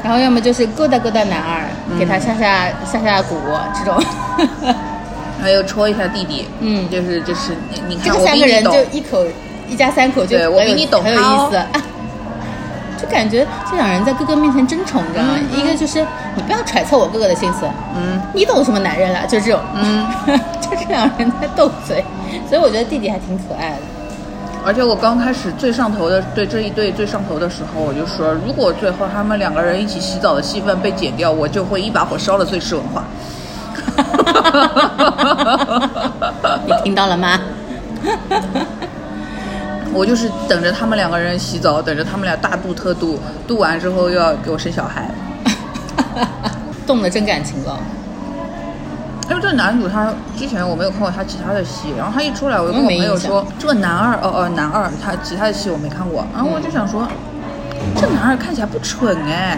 然后要么就是勾搭勾搭男二，给他下下下下蛊这种。
还有戳一下弟弟，
嗯
就是就是你你
这
看啊
个
我
三
比
个
你
人
懂
就，一口一家三口就
对
很
我比
有
你懂
很有
他哦
意思、啊， 就感觉这两人在哥哥面前争宠，你知道吗？一个就是你不要揣测我哥哥的心思，
嗯，
你懂什么男人啊？就这种，嗯， 就这两人在斗嘴，所以我觉得弟弟还挺可爱 的。
而且我刚开始最上头的对这一对最上头的时候，我就说，如果最后他们两个人一起洗澡的戏份被剪掉，我就会一把火烧了最是文 化。
你听到了吗？
我就是等着他们两个人洗澡，等着他们俩大度特度，度完之后又要给我生小孩。
动的真感情了，
因为这个男主他之前我没有看过他其他的戏，然后他一出来我就跟我
我
朋
也没
友
印象
说，这个男二哦哦男二他其他的戏我没看过，然后我就想说，这男二看起来不蠢哎，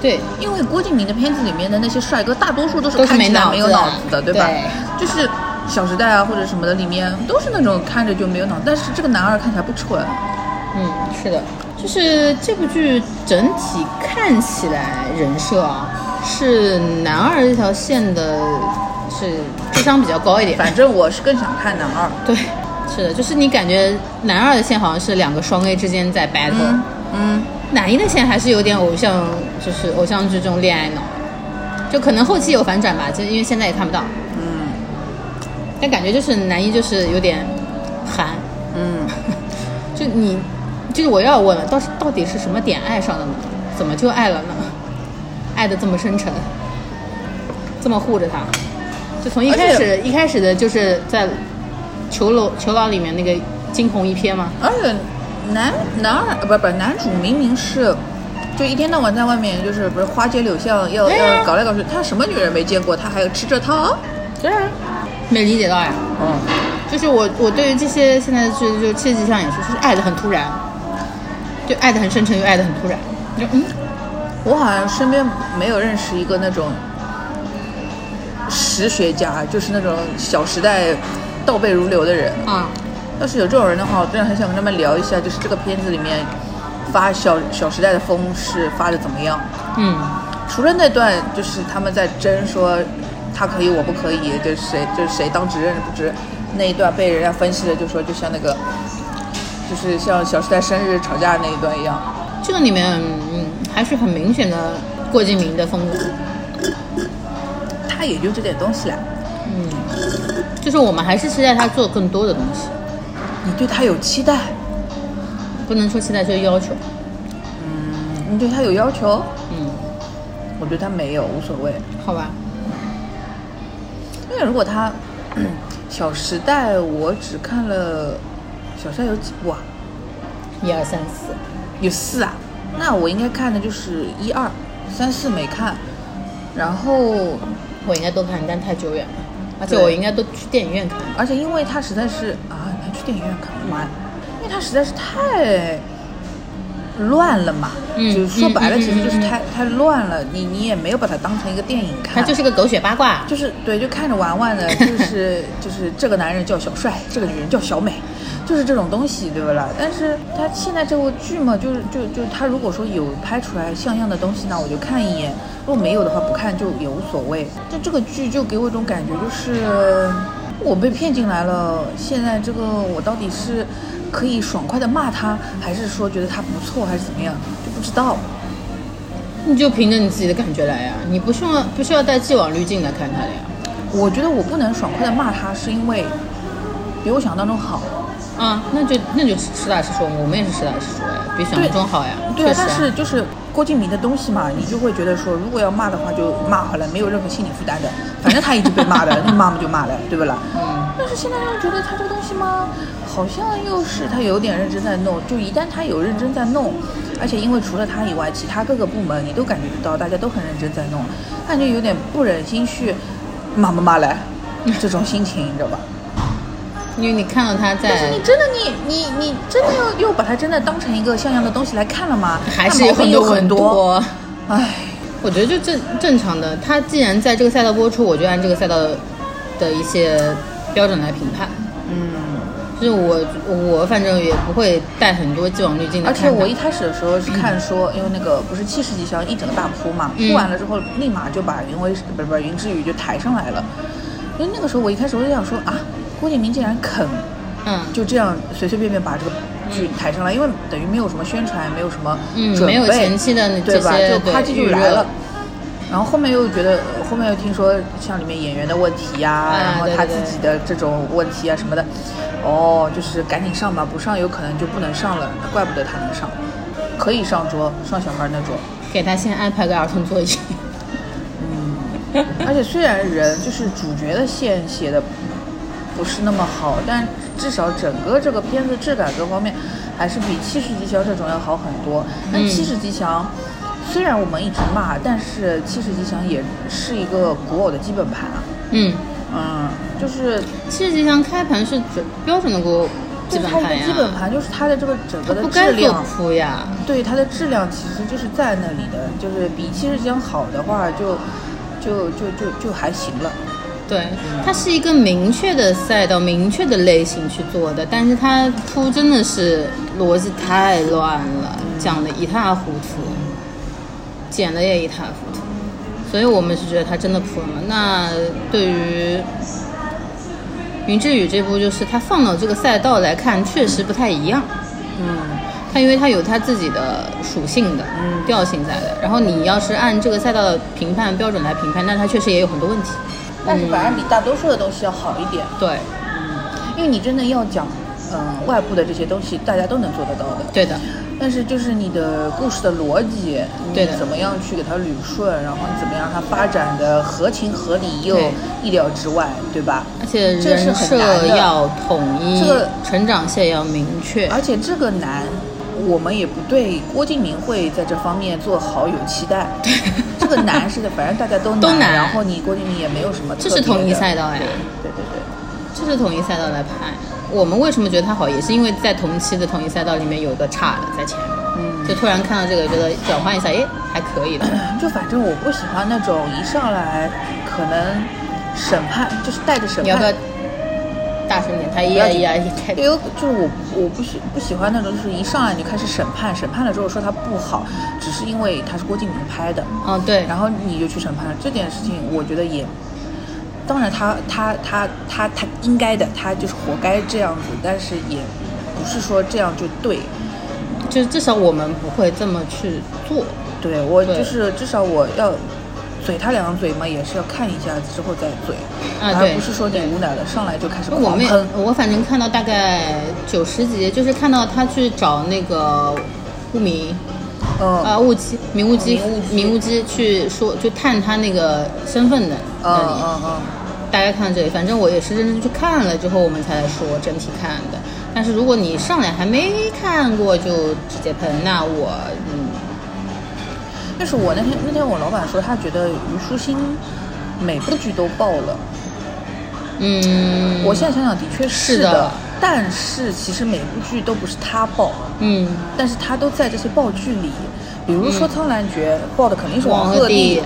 对，
因为郭敬明的片子里面的那些帅哥，大多数都是
都是
看
没
起来
脑
没有
子的
脑子的，对吧？
对
就是《小时代》啊或者什么的里面都是那种看着就没有脑子，但是这个男二看起来不蠢。
嗯，是的，就是这部剧整体看起来人设啊，是男二这条线的是智商比较高一点。
反正我是更想看男二，
对，是的，就是你感觉男二的线好像是两个双 A 之间在 battle，、
嗯嗯，
男一的线还是有点偶像，就是偶像剧中恋爱脑，就可能后期有反转吧，就因为现在也看不到。嗯，但感觉就是男一就是有点韩，
嗯，
就你，就是我要问了，到到底是什么点爱上的呢？怎么就爱了呢？爱的这么深沉，这么护着他，就从一开始一开始的就是在囚牢囚牢里面那个惊鸿一瞥嘛，
而且男男二不不男主明明是。就一天到晚在外面，就是不是花街柳巷要
对啊
要搞来搞去，他什么女人没见过，他还要吃这套？
对啊，没理解到呀。
嗯，
就是我我对于这些现在的剧，就切记上也是，就是爱的很突然，就爱的很深沉，又爱的很突然。就嗯，
我好像身边没有认识一个那种史学家，就是那种《小时代》倒背如流的人。
啊、
要是有这种人的话，我真的很想跟他们聊一下，就是这个片子里面发小《小时代》的风是发的怎么样？
嗯，
除了那段，就是他们在争说他可以我不可以，就是谁就是谁当值任不值那一段被人家分析的，就说就像那个就是像《小时代》生日吵架那一段一样。
嗯这个里面嗯还是很明显的郭敬明的风格，
它也就这点东西啦。
就是我们还是期待他做更多的东西，
你对它有期待，
不能说期待，就是要求。
你对它有要求，
嗯，
我对它没有，无所谓。
好吧，
因为如果他《小时代》，我只看了《小时代》有几部啊？
一二三四，
有四啊？那我应该看的就是一二三四没看，然后
我应该都看，但太久远了，而且
对
我应该都去电影院看。
而且因为它实在是啊，你还去电影院看，我的妈呀！因为它实在是太乱了嘛，
嗯
就是说白了，
嗯嗯
其实就是
嗯嗯
太、太乱了，你你也没有把它当成一个电影看，
它就是个狗血八卦，
就是对，就看着玩玩的，就是就是这个男人叫小帅，这个女人叫小美，就是这种东西，对不啦？但是他现在这部剧嘛，就是就就他如果说有拍出来像样的东西呢，我就看一眼；如果没有的话，不看就也无所谓。就这个剧就给我一种感觉，就是我被骗进来了，现在这个我到底是可以爽快的骂他，还是说觉得他不错，还是怎么样，就不知道。
你就凭着你自己的感觉来呀、啊你不需要不需要带既往滤镜来看它的呀。
我觉得我不能爽快的骂他，是因为比我想象当中好。
啊，那就那就实打实说，我们也是实打实说呀，比想象中好呀。
对啊
确，实
但
啊
是就是郭敬明的东西嘛，你就会觉得说，如果要骂的话就骂好了，没有任何心理负担的，反正他已经被骂的，那 骂嘛就骂了，对不啦？
嗯
但是现在又觉得他这个东西嘛，好像又是他有点认真在弄，就一旦他有认真在弄，而且因为除了他以外，其他各个部门你都感觉得到，大家都很认真在弄，感觉有点不忍心去骂骂骂 来，这种心情你知道吧？
因为你看到他
但是
在
你，真的你你你真的要又把它真的当成一个像样的东西来看了吗？
还
那
是
毛病
有
有
很
很
多
多，唉，
我觉得就正正常的。他既然在这个赛道播出，我就按这个赛道的一些标准来评判。嗯，就是我我反正也不会带很多既往滤镜的
而且
看它。
我一开始的时候是看说，因为那个不是七十几小时一整个大扑嘛，
嗯
扑完了之后立马就把云威不是不是云之羽就抬上来了，因为那个时候我一开始我就想说啊，郭敬明竟然肯
嗯
就这样随随便便把这个剧抬上来，因为等于没有什么宣传，没有什么
嗯
准备，
没有前期的这
对吧？
些
就
对
啪叽
预
就
热
来了。然后后面又觉得，呃后面又听说像里面演员的问题呀、
啊
然后
对
他
对
自己
对
的这种问题啊什么的，哦，就是赶紧上吧，不上有可能就不能上了，怪不得他能上，可以上桌上小孩那桌。
给他先安排个儿童座椅。
而且虽然人就是主角的线写的不是那么好，但至少整个这个片子质感各方面还是比《七十吉祥》这种要好很多。那
嗯
《七十吉祥》虽然我们一直骂，但是《七十吉祥》也是一个古偶的基本盘啊。
嗯，
嗯，就是
七十吉祥开盘是准标准的国基
就是
本
它
盘
一
呀，
个基本盘，就是它的这个整个
它
的
不
质
该做
量。
铺呀。
对它的质量其实就是在那里的，就是比七十吉祥好的话就，就就就就还行了。
对，它是一个明确的赛道、明确的类型去做的，但是它铺真的是逻辑太乱了，讲的一塌糊涂，剪的也一塌糊涂，所以我们是觉得它真的铺了嘛。那对于云之羽这部，就是它放到这个赛道来看，确实不太一样。它因为它有它自己的属性的、嗯调性在的，然后你要是按这个赛道的评判标准来评判，那它确实也有很多问题。
但是
嗯
反而比大多数的东西要好一点。
对，
因为你真的要讲，嗯、外部的这些东西大家都能做得到的。
对的，
但是就是你的故事的逻辑，
对
你
的
怎么样去给它捋顺，然后你怎么样让它发展的合情合理又
对
意料之外，对吧？
而且
这是
人
很
设
难的
要统一，
这个
成长线要明确。
而且这个难，我们也不对郭敬明会在这方面做好有期待。这个难是的，反正大 家都难，
都难
然后你郭敬明也没有什么特
这
别
是
的。
统一赛道呀，哎
对对对，
这是统一赛道来拍。我们为什么觉得它好，也是因为在同期的统一赛道里面有一个差的在前面，
嗯
就突然看到这个，觉得转换一下，诶，还 可以的。
就反正我不喜欢那种一上来可能审判，就是带着审判。
你要不要大声点？他一
不要
呀
紧
一呀一开
因为就是我我不喜不喜欢那种，就是一上来你就开始审判，审判了之后说他不好，只是因为他是郭敬明拍的，
嗯，对，
然后你就去审判这件事情，我觉得也，当然他他他他他应该的，他就是活该这样子，但是也不是说这样就对，
就是至少我们不会这么去做。
对我
对
就是至少我要嘴他两嘴嘛，也是要看一下之后再嘴，
啊
而
对
不是说你无奈了上来就开始
我
狂
们
喷。
我反正看到大概九十集，就是看到他去找那个雾迷，
嗯哦
呃，雾姬、明雾姬
明雾、姬
明雾姬去说，就探他那个身份的。
嗯嗯嗯，
大概看到这里，反正我也是认真去看了之后，我们才来说整体看的。但是如果你上来还没看过就直接喷，那我嗯，
但是我那天那天我老板说，他觉得虞书欣每部剧都爆了。
嗯，
我现在想想，的确是
是的
但是其实每部剧都不是他爆，
嗯，
但是他都在这些爆剧里，比如说《苍兰诀》爆的肯定是王鹤
嗯王鹤棣
棣，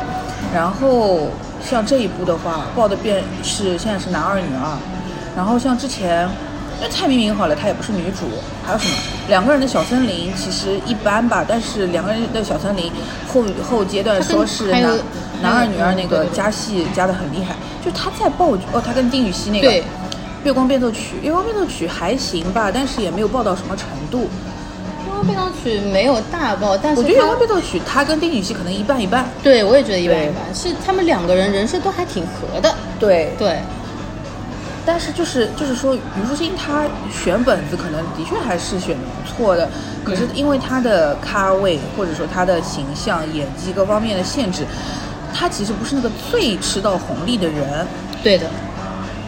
然后像这一部的话，爆的便是现在是男二女二，然后像之前。那蔡明明好了，她也不是女主，还有什么？两个人的小森林其实一般吧，但是两个人的小森林后后阶段
她跟
说是
还
男
有
男二女二那
还有
个
嗯对对对
加戏加的很厉害，就她在爆哦，她跟丁禹兮那个
对
月光变奏曲，月光变奏曲还行吧，但是也没有爆到什么程度。
《月光变奏曲》没有大爆，但是
我觉得《月
它
光变奏曲》它跟丁禹兮可能一半一半。
对我也觉得一般
对
一般，是他们两个人人设都还挺合的，
对，
对，
但是就是就是说，虞书欣她选本子可能的确还是选的不错的，可
嗯
是因为她的咖位或者说她的形象、演技各方面的限制，她其实不是那个最吃到红利的人。
对的，对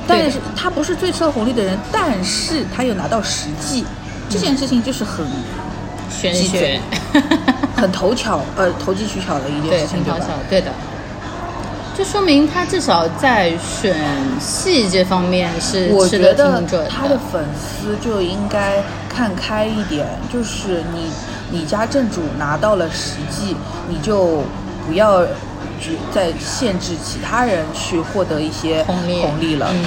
但
的
是她不是最吃到红利的人，但是她有拿到实际，
嗯
这件事情就是很
玄
鸡
学
卷， 很头巧，呃，投机取巧的一件
对，
事
很
情，对
讨
吧
巧？，对的。就说明他至少在选戏这方面是
我
吃
觉
的
得
挺准
他的粉丝就应该看开一点，就是你你家正主拿到了实际，你就不要只再限制其他人去获得一些
红利
红利了，
嗯，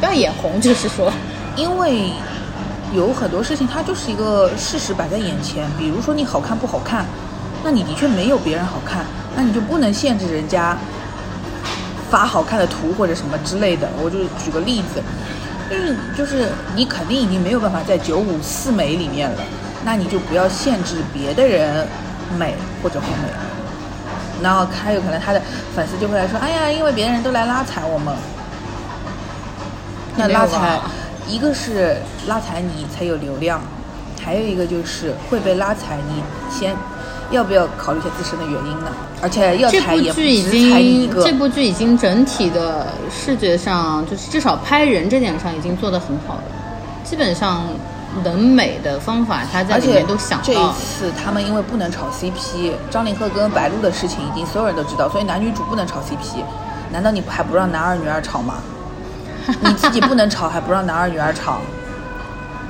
不要眼红，就是说，
因为有很多事情它就是一个事实摆在眼前，比如说你好看不好看，那你的确没有别人好看，那你就不能限制人家发好看的图或者什么之类的。我就举个例子，就是就是你肯定已经没有办法在九五四美里面了，那你就不要限制别的人美或者不美。然后还有可能他的粉丝就会来说：“哎呀，因为别人都来拉踩我们。”那
没有
拉踩
吧，
一个是拉踩你才有流量，还有一个就是会被拉踩，你先要不要考虑一下自身的原因呢？而且要
这
踩
部
也不
剧已
只踩一
经
个
这。部剧已经整体的视觉上，就是至少拍人这点上已经做得很好了，基本上能美的方法他在
而
里
且
面都想
这
到
一
了。
次他们因为不能炒 CP，张凌赫跟白鹿的事情已经所有人都知道，所以男女主不能炒 CP。难道你还不让男二女二炒 吗？你自己不能炒，还不让男二女二炒？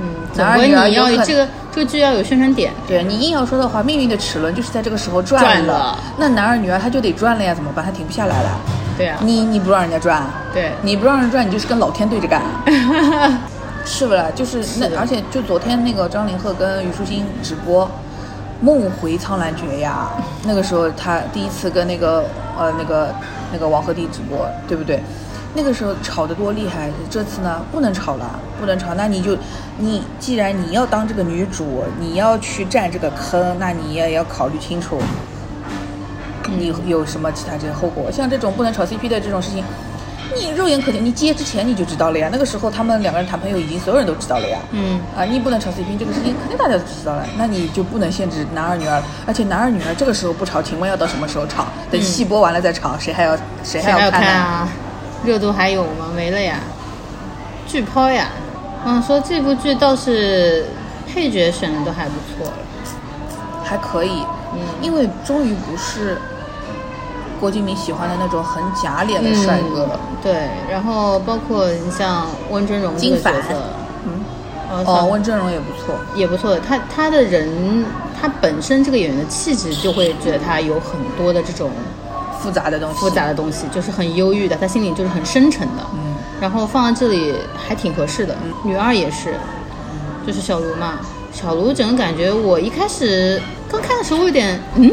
嗯，总
男二
归
女儿
你要
有
有
很
这个这个剧要有宣传点，
对你硬要说的话，命运的齿轮就是在这个时候转了。
转了
那男二女二他就得转了呀，怎么办？他停不下来了。
对啊，
你你不让人家转，
对
你不让人转，你就是跟老天对着干，啊是不啦？就是那，
的
而且就昨天那个张凌赫跟虞书欣直播《梦回苍兰诀》呀，那个时候他第一次跟那个呃那个那个王鹤棣直播，对不对？那个时候吵得多厉害，这次呢不能吵了，不能吵。那你就，你既然你要当这个女主，你要去占这个坑，那你也要考虑清楚，你有什么其他这些后果？像这种不能炒 CP 的这种事情，你肉眼可见，你接之前你就知道了呀。那个时候他们两个人谈朋友，已经所有人都知道了呀。
嗯，
啊，你不能炒 CP 这个事情，肯定大家都知道了。那你就不能限制男二女二了，而且男二女二这个时候不炒，请问要到什么时候炒？等戏播完了再炒，谁还要谁还
嗯谁还
要
要
看
看
呢？
啊？热度还有吗？没了呀，剧抛呀。嗯，说这部剧倒是配角选的都还不错了。
还可以，
嗯
因为终于不是郭敬明喜欢的那种很假脸的帅哥了。
嗯。对，然后包括你像温峥嵘这个
金
角
凡
色，
嗯，
呃
哦，温峥嵘也不错。
也不错。他他的人，他本身这个演员的气质就会觉得他有很多的这种
复杂的东西，
复杂的东西，就是很忧郁的，他心里就是很深沉的。
嗯，
然后放在这里还挺合适的。女二也是，就是小卢嘛。小卢整个感觉，我一开始刚看的时候我有点，嗯，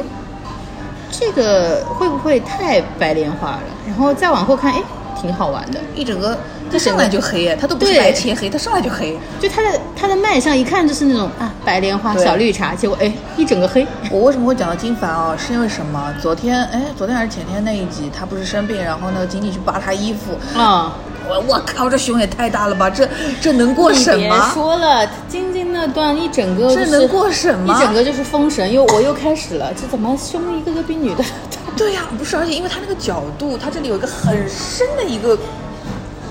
这个会不会太白莲花了？然后再往后看，哎，挺好玩的。
一整个他上来就黑，他都不是
对
白切黑，他上来就黑。
就它的它的卖相一看就是那种啊白莲花
对
小绿茶，结果哎一整个黑，
我为什么会讲到金凡哦？是因为什么？昨天哎，昨天还是前天那一集，他不是生病，然后那个经理去扒他衣服，
啊、
我我靠，这胸也太大了吧！这这能过
你
审
别
吗？
说了，晶晶那段一整个、就是、
这能过审吗
一整个就是封神，又我又开始了，这怎么胸一个个比女的大？
对呀、不是，而且因为他那个角度，他这里有一个很深的一个，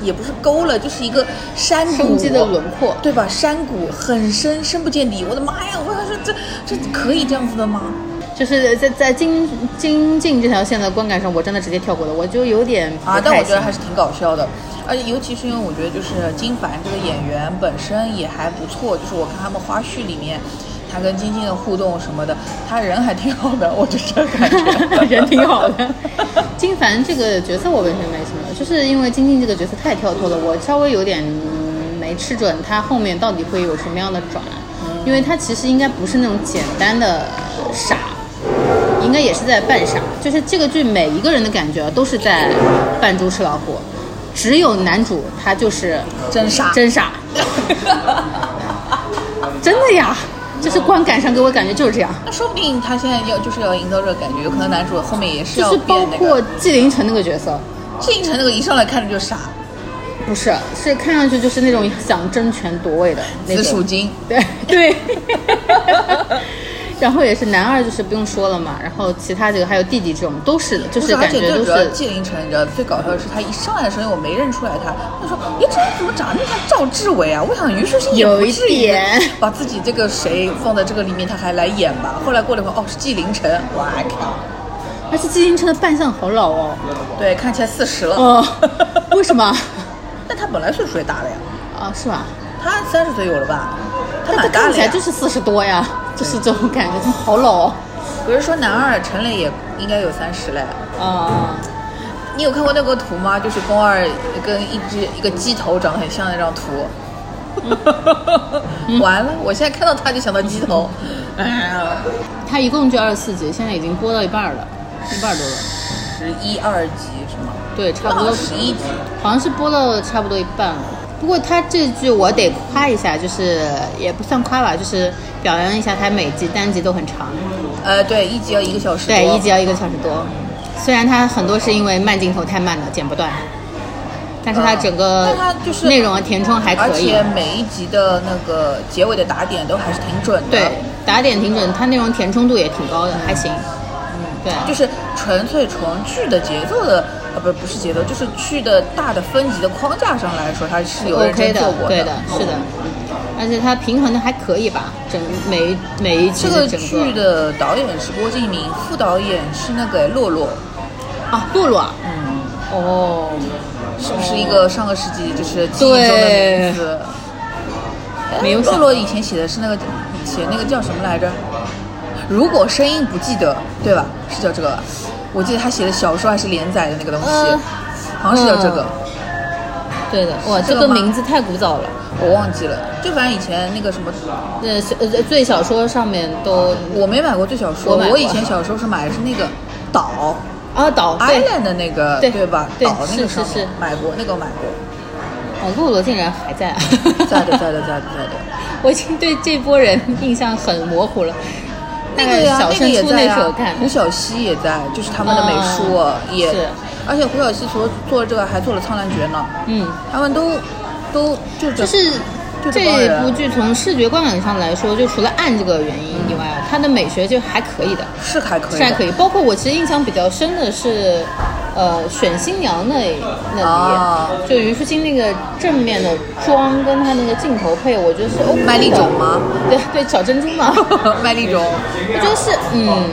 也不是沟了，就是一个山谷
胸肌的轮廓
对吧？山谷很深，深不见底。我的妈呀！我说这这可以这样子的吗？
就是在在金金靖这条线的观感上，我真的直接跳过了，我就有点不
啊，但
开
我觉得
心
还是挺搞笑的，而且尤其是因为我觉得就是金凡这个演员本身也还不错，就是我看他们花絮里面，他跟金靖的互动什么的，他人还挺好的，我就是这感觉，
人挺好的。金凡这个角色我本身没什么，就是因为金靖这个角色太跳脱了，我稍微有点嗯没吃准他后面到底会有什么样的转，因为他其实应该不是那种简单的傻，应该也是在扮傻。就是这个剧每一个人的感觉都是在扮猪吃老虎，只有男主他就是
真傻，
真傻，真的呀，就是观感上给我感觉就是这样。
那说不定他现在要就是要营造这个感觉，有可能男主后面也是
就
要
是包
变那
括
个。
纪凌尘那个角色，
谢晋城那个一上来看着就傻，
不是，是看上去就是那种想争权夺位的那
紫
种。
薯精，
对 对。然后也是男二，就是不用说了嘛。然后其他几个还有弟弟这种都是的，就
不
是
而
感
且
觉
最
都
主要
是
纪凌尘，你知道最搞笑的是，他一上来的时候我没认出来他，我说，咦，这人怎么长得像赵志伟啊？我想虞书欣也
有
不
一
至于
点
把自己这个谁放在这个里面，他还来演吧？后来过了一会儿，哦，是纪凌尘，哇靠，
而且纪凌尘的扮相好老哦。
对，看起来四十了，
哦， 为什么？
但他本来岁数也大了呀，
啊，是吧？
他三十岁有了吧？他
但他
蛮大
看
了
起来
呀
就。是四十多呀，就是这种感觉，他好老哦。
不是说男二陈磊也应该有三十嘞？
啊、
你有看过那个图吗？就是宫二跟一只一个鸡头长得很像的那张图。 完了，我现在看到他就想到鸡头。啊，
他一共就二十四集，现在已经播到一半儿了，一半儿多了。
十一二集是吗？
对，差不多
十一集。
好像是播到差不多一半了。不过他这剧我得夸一下，就是也不算夸吧，就是表扬一下他每集单集都很长，
呃，对，一集要一个小时多。
对，一集要一个小时多。虽然他很多是因为慢镜头太慢了，剪不断，但是他整个
嗯那它就是
内容的填充还
而
可以
且，每一集的那个结尾的打点都还是挺准的。
对，打点挺准，他内容填充度也挺高的，还行。对，
就是纯粹从剧的节奏的，呃，不不是节奏，就是剧的大的分级的框架上来说，它是有认
OK
真
的
做过，
对的，是的。而且它平衡的还可以吧，整每每一集
这个
整
剧的导演是郭敬明，副导演是那个哎洛洛，
啊，洛洛啊，
嗯，
哦，
是不是一个上个世纪就是记忆中的名字？哎
没有想
洛洛以前写的是那个写那个叫什么来着？如果声音不记得，对吧？是叫这个吧？我记得他写的小说还是连载的那个东西，
嗯
好像是叫这个。
对的，哇，
这
这
个
个
吗
名字太古早了。
我忘记了，就反正以前那个什么，
呃，是呃，最小说上面都
我没买过最小说，
我买
我
过
以前小时候是买的是那个岛
啊岛对，
Island 的那个，
对
吧？
对
岛那个
是
上
是
面
是
买过，那个我买 过，
哦，洛洛竟然还在，啊
在的在的在的在的，
我已经对这波人印象很模糊了。
那个呀
大
那
哎概小
个
升
也
初
在
那时
啊
候看，
胡小溪也在，就是他们的美术
啊
也
是，
而且胡小溪所做的这个还做了《苍兰诀》呢，
嗯，
他们都都就
就
这
是
就这帮
这
人
部剧从视觉观感上来说，就除了暗这个原因以外啊，它的美学就还可以的。
是还可以
是还啊
的，
可以。包括我其实印象比较深的是，呃，选新娘那那里，
哦
就虞书欣那个正面的妆跟她那个镜头配，我觉得是 OK 的
麦粒肿吗？
对对，小珍珠嘛，
麦粒肿，
我觉得是嗯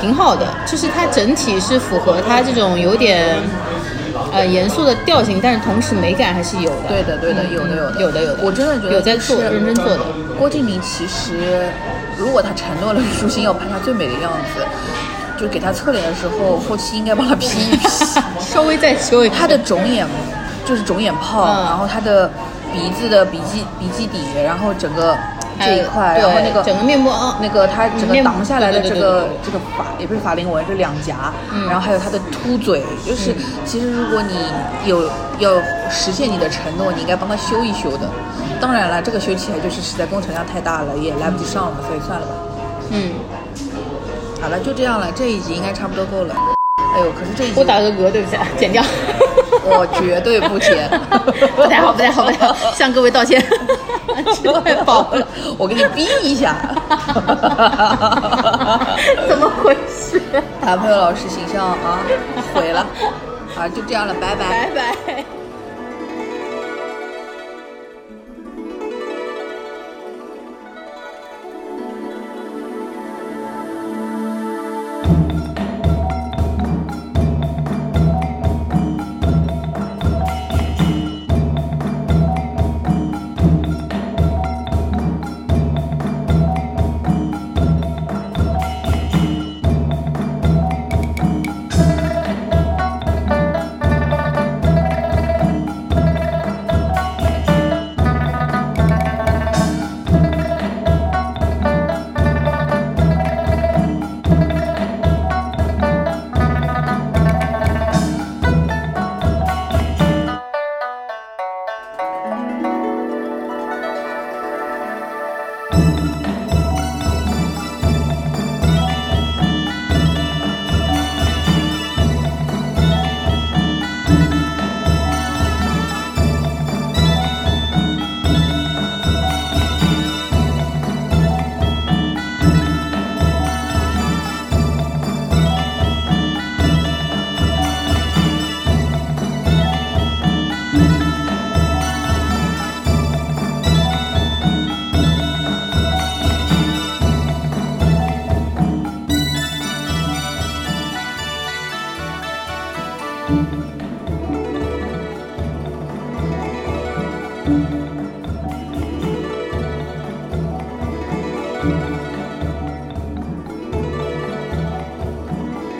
挺好的，就是它整体是符合它这种有点。呃，严肃的调性，但是同时美感还是有的。
对的对的，
嗯
有的有
嗯
的，
有的有的，
我真的觉得
有在
就是
做，认真做的。
郭敬明其实，如果他承诺了舒心要拍他最美的样子，就给他侧脸的时候，后期应该帮他 P 一 P。
稍微再修一下
他的肿眼就是肿眼泡，
嗯
然后他的鼻子的鼻基鼻基底，然后整个
还
这
有
一块，然后
对
那个
整个面部啊
那个它整个
面部
挡下来的
对
这
对
个
对对对嗯
这个法也不是法令纹，这两颊，然后还有它的凸嘴，就是其实如果你有要实现你的承诺，你应该帮他修一修的。当然了，这个修起来就是实在工程量太大了，也来不及上了，所以算了吧。
嗯，
好了，就这样了，这一集应该差不多够了。哎呦，可是这一集
我打了个嗝，对不起，啊，剪掉。，
我绝对不剪
不太好，不太好，不太好，向各位道 歉，吃太饱了，
我给你逼一下。
怎么回事？
谭佩老师形象啊毁了，啊就这样了，拜拜
拜拜。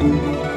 Thank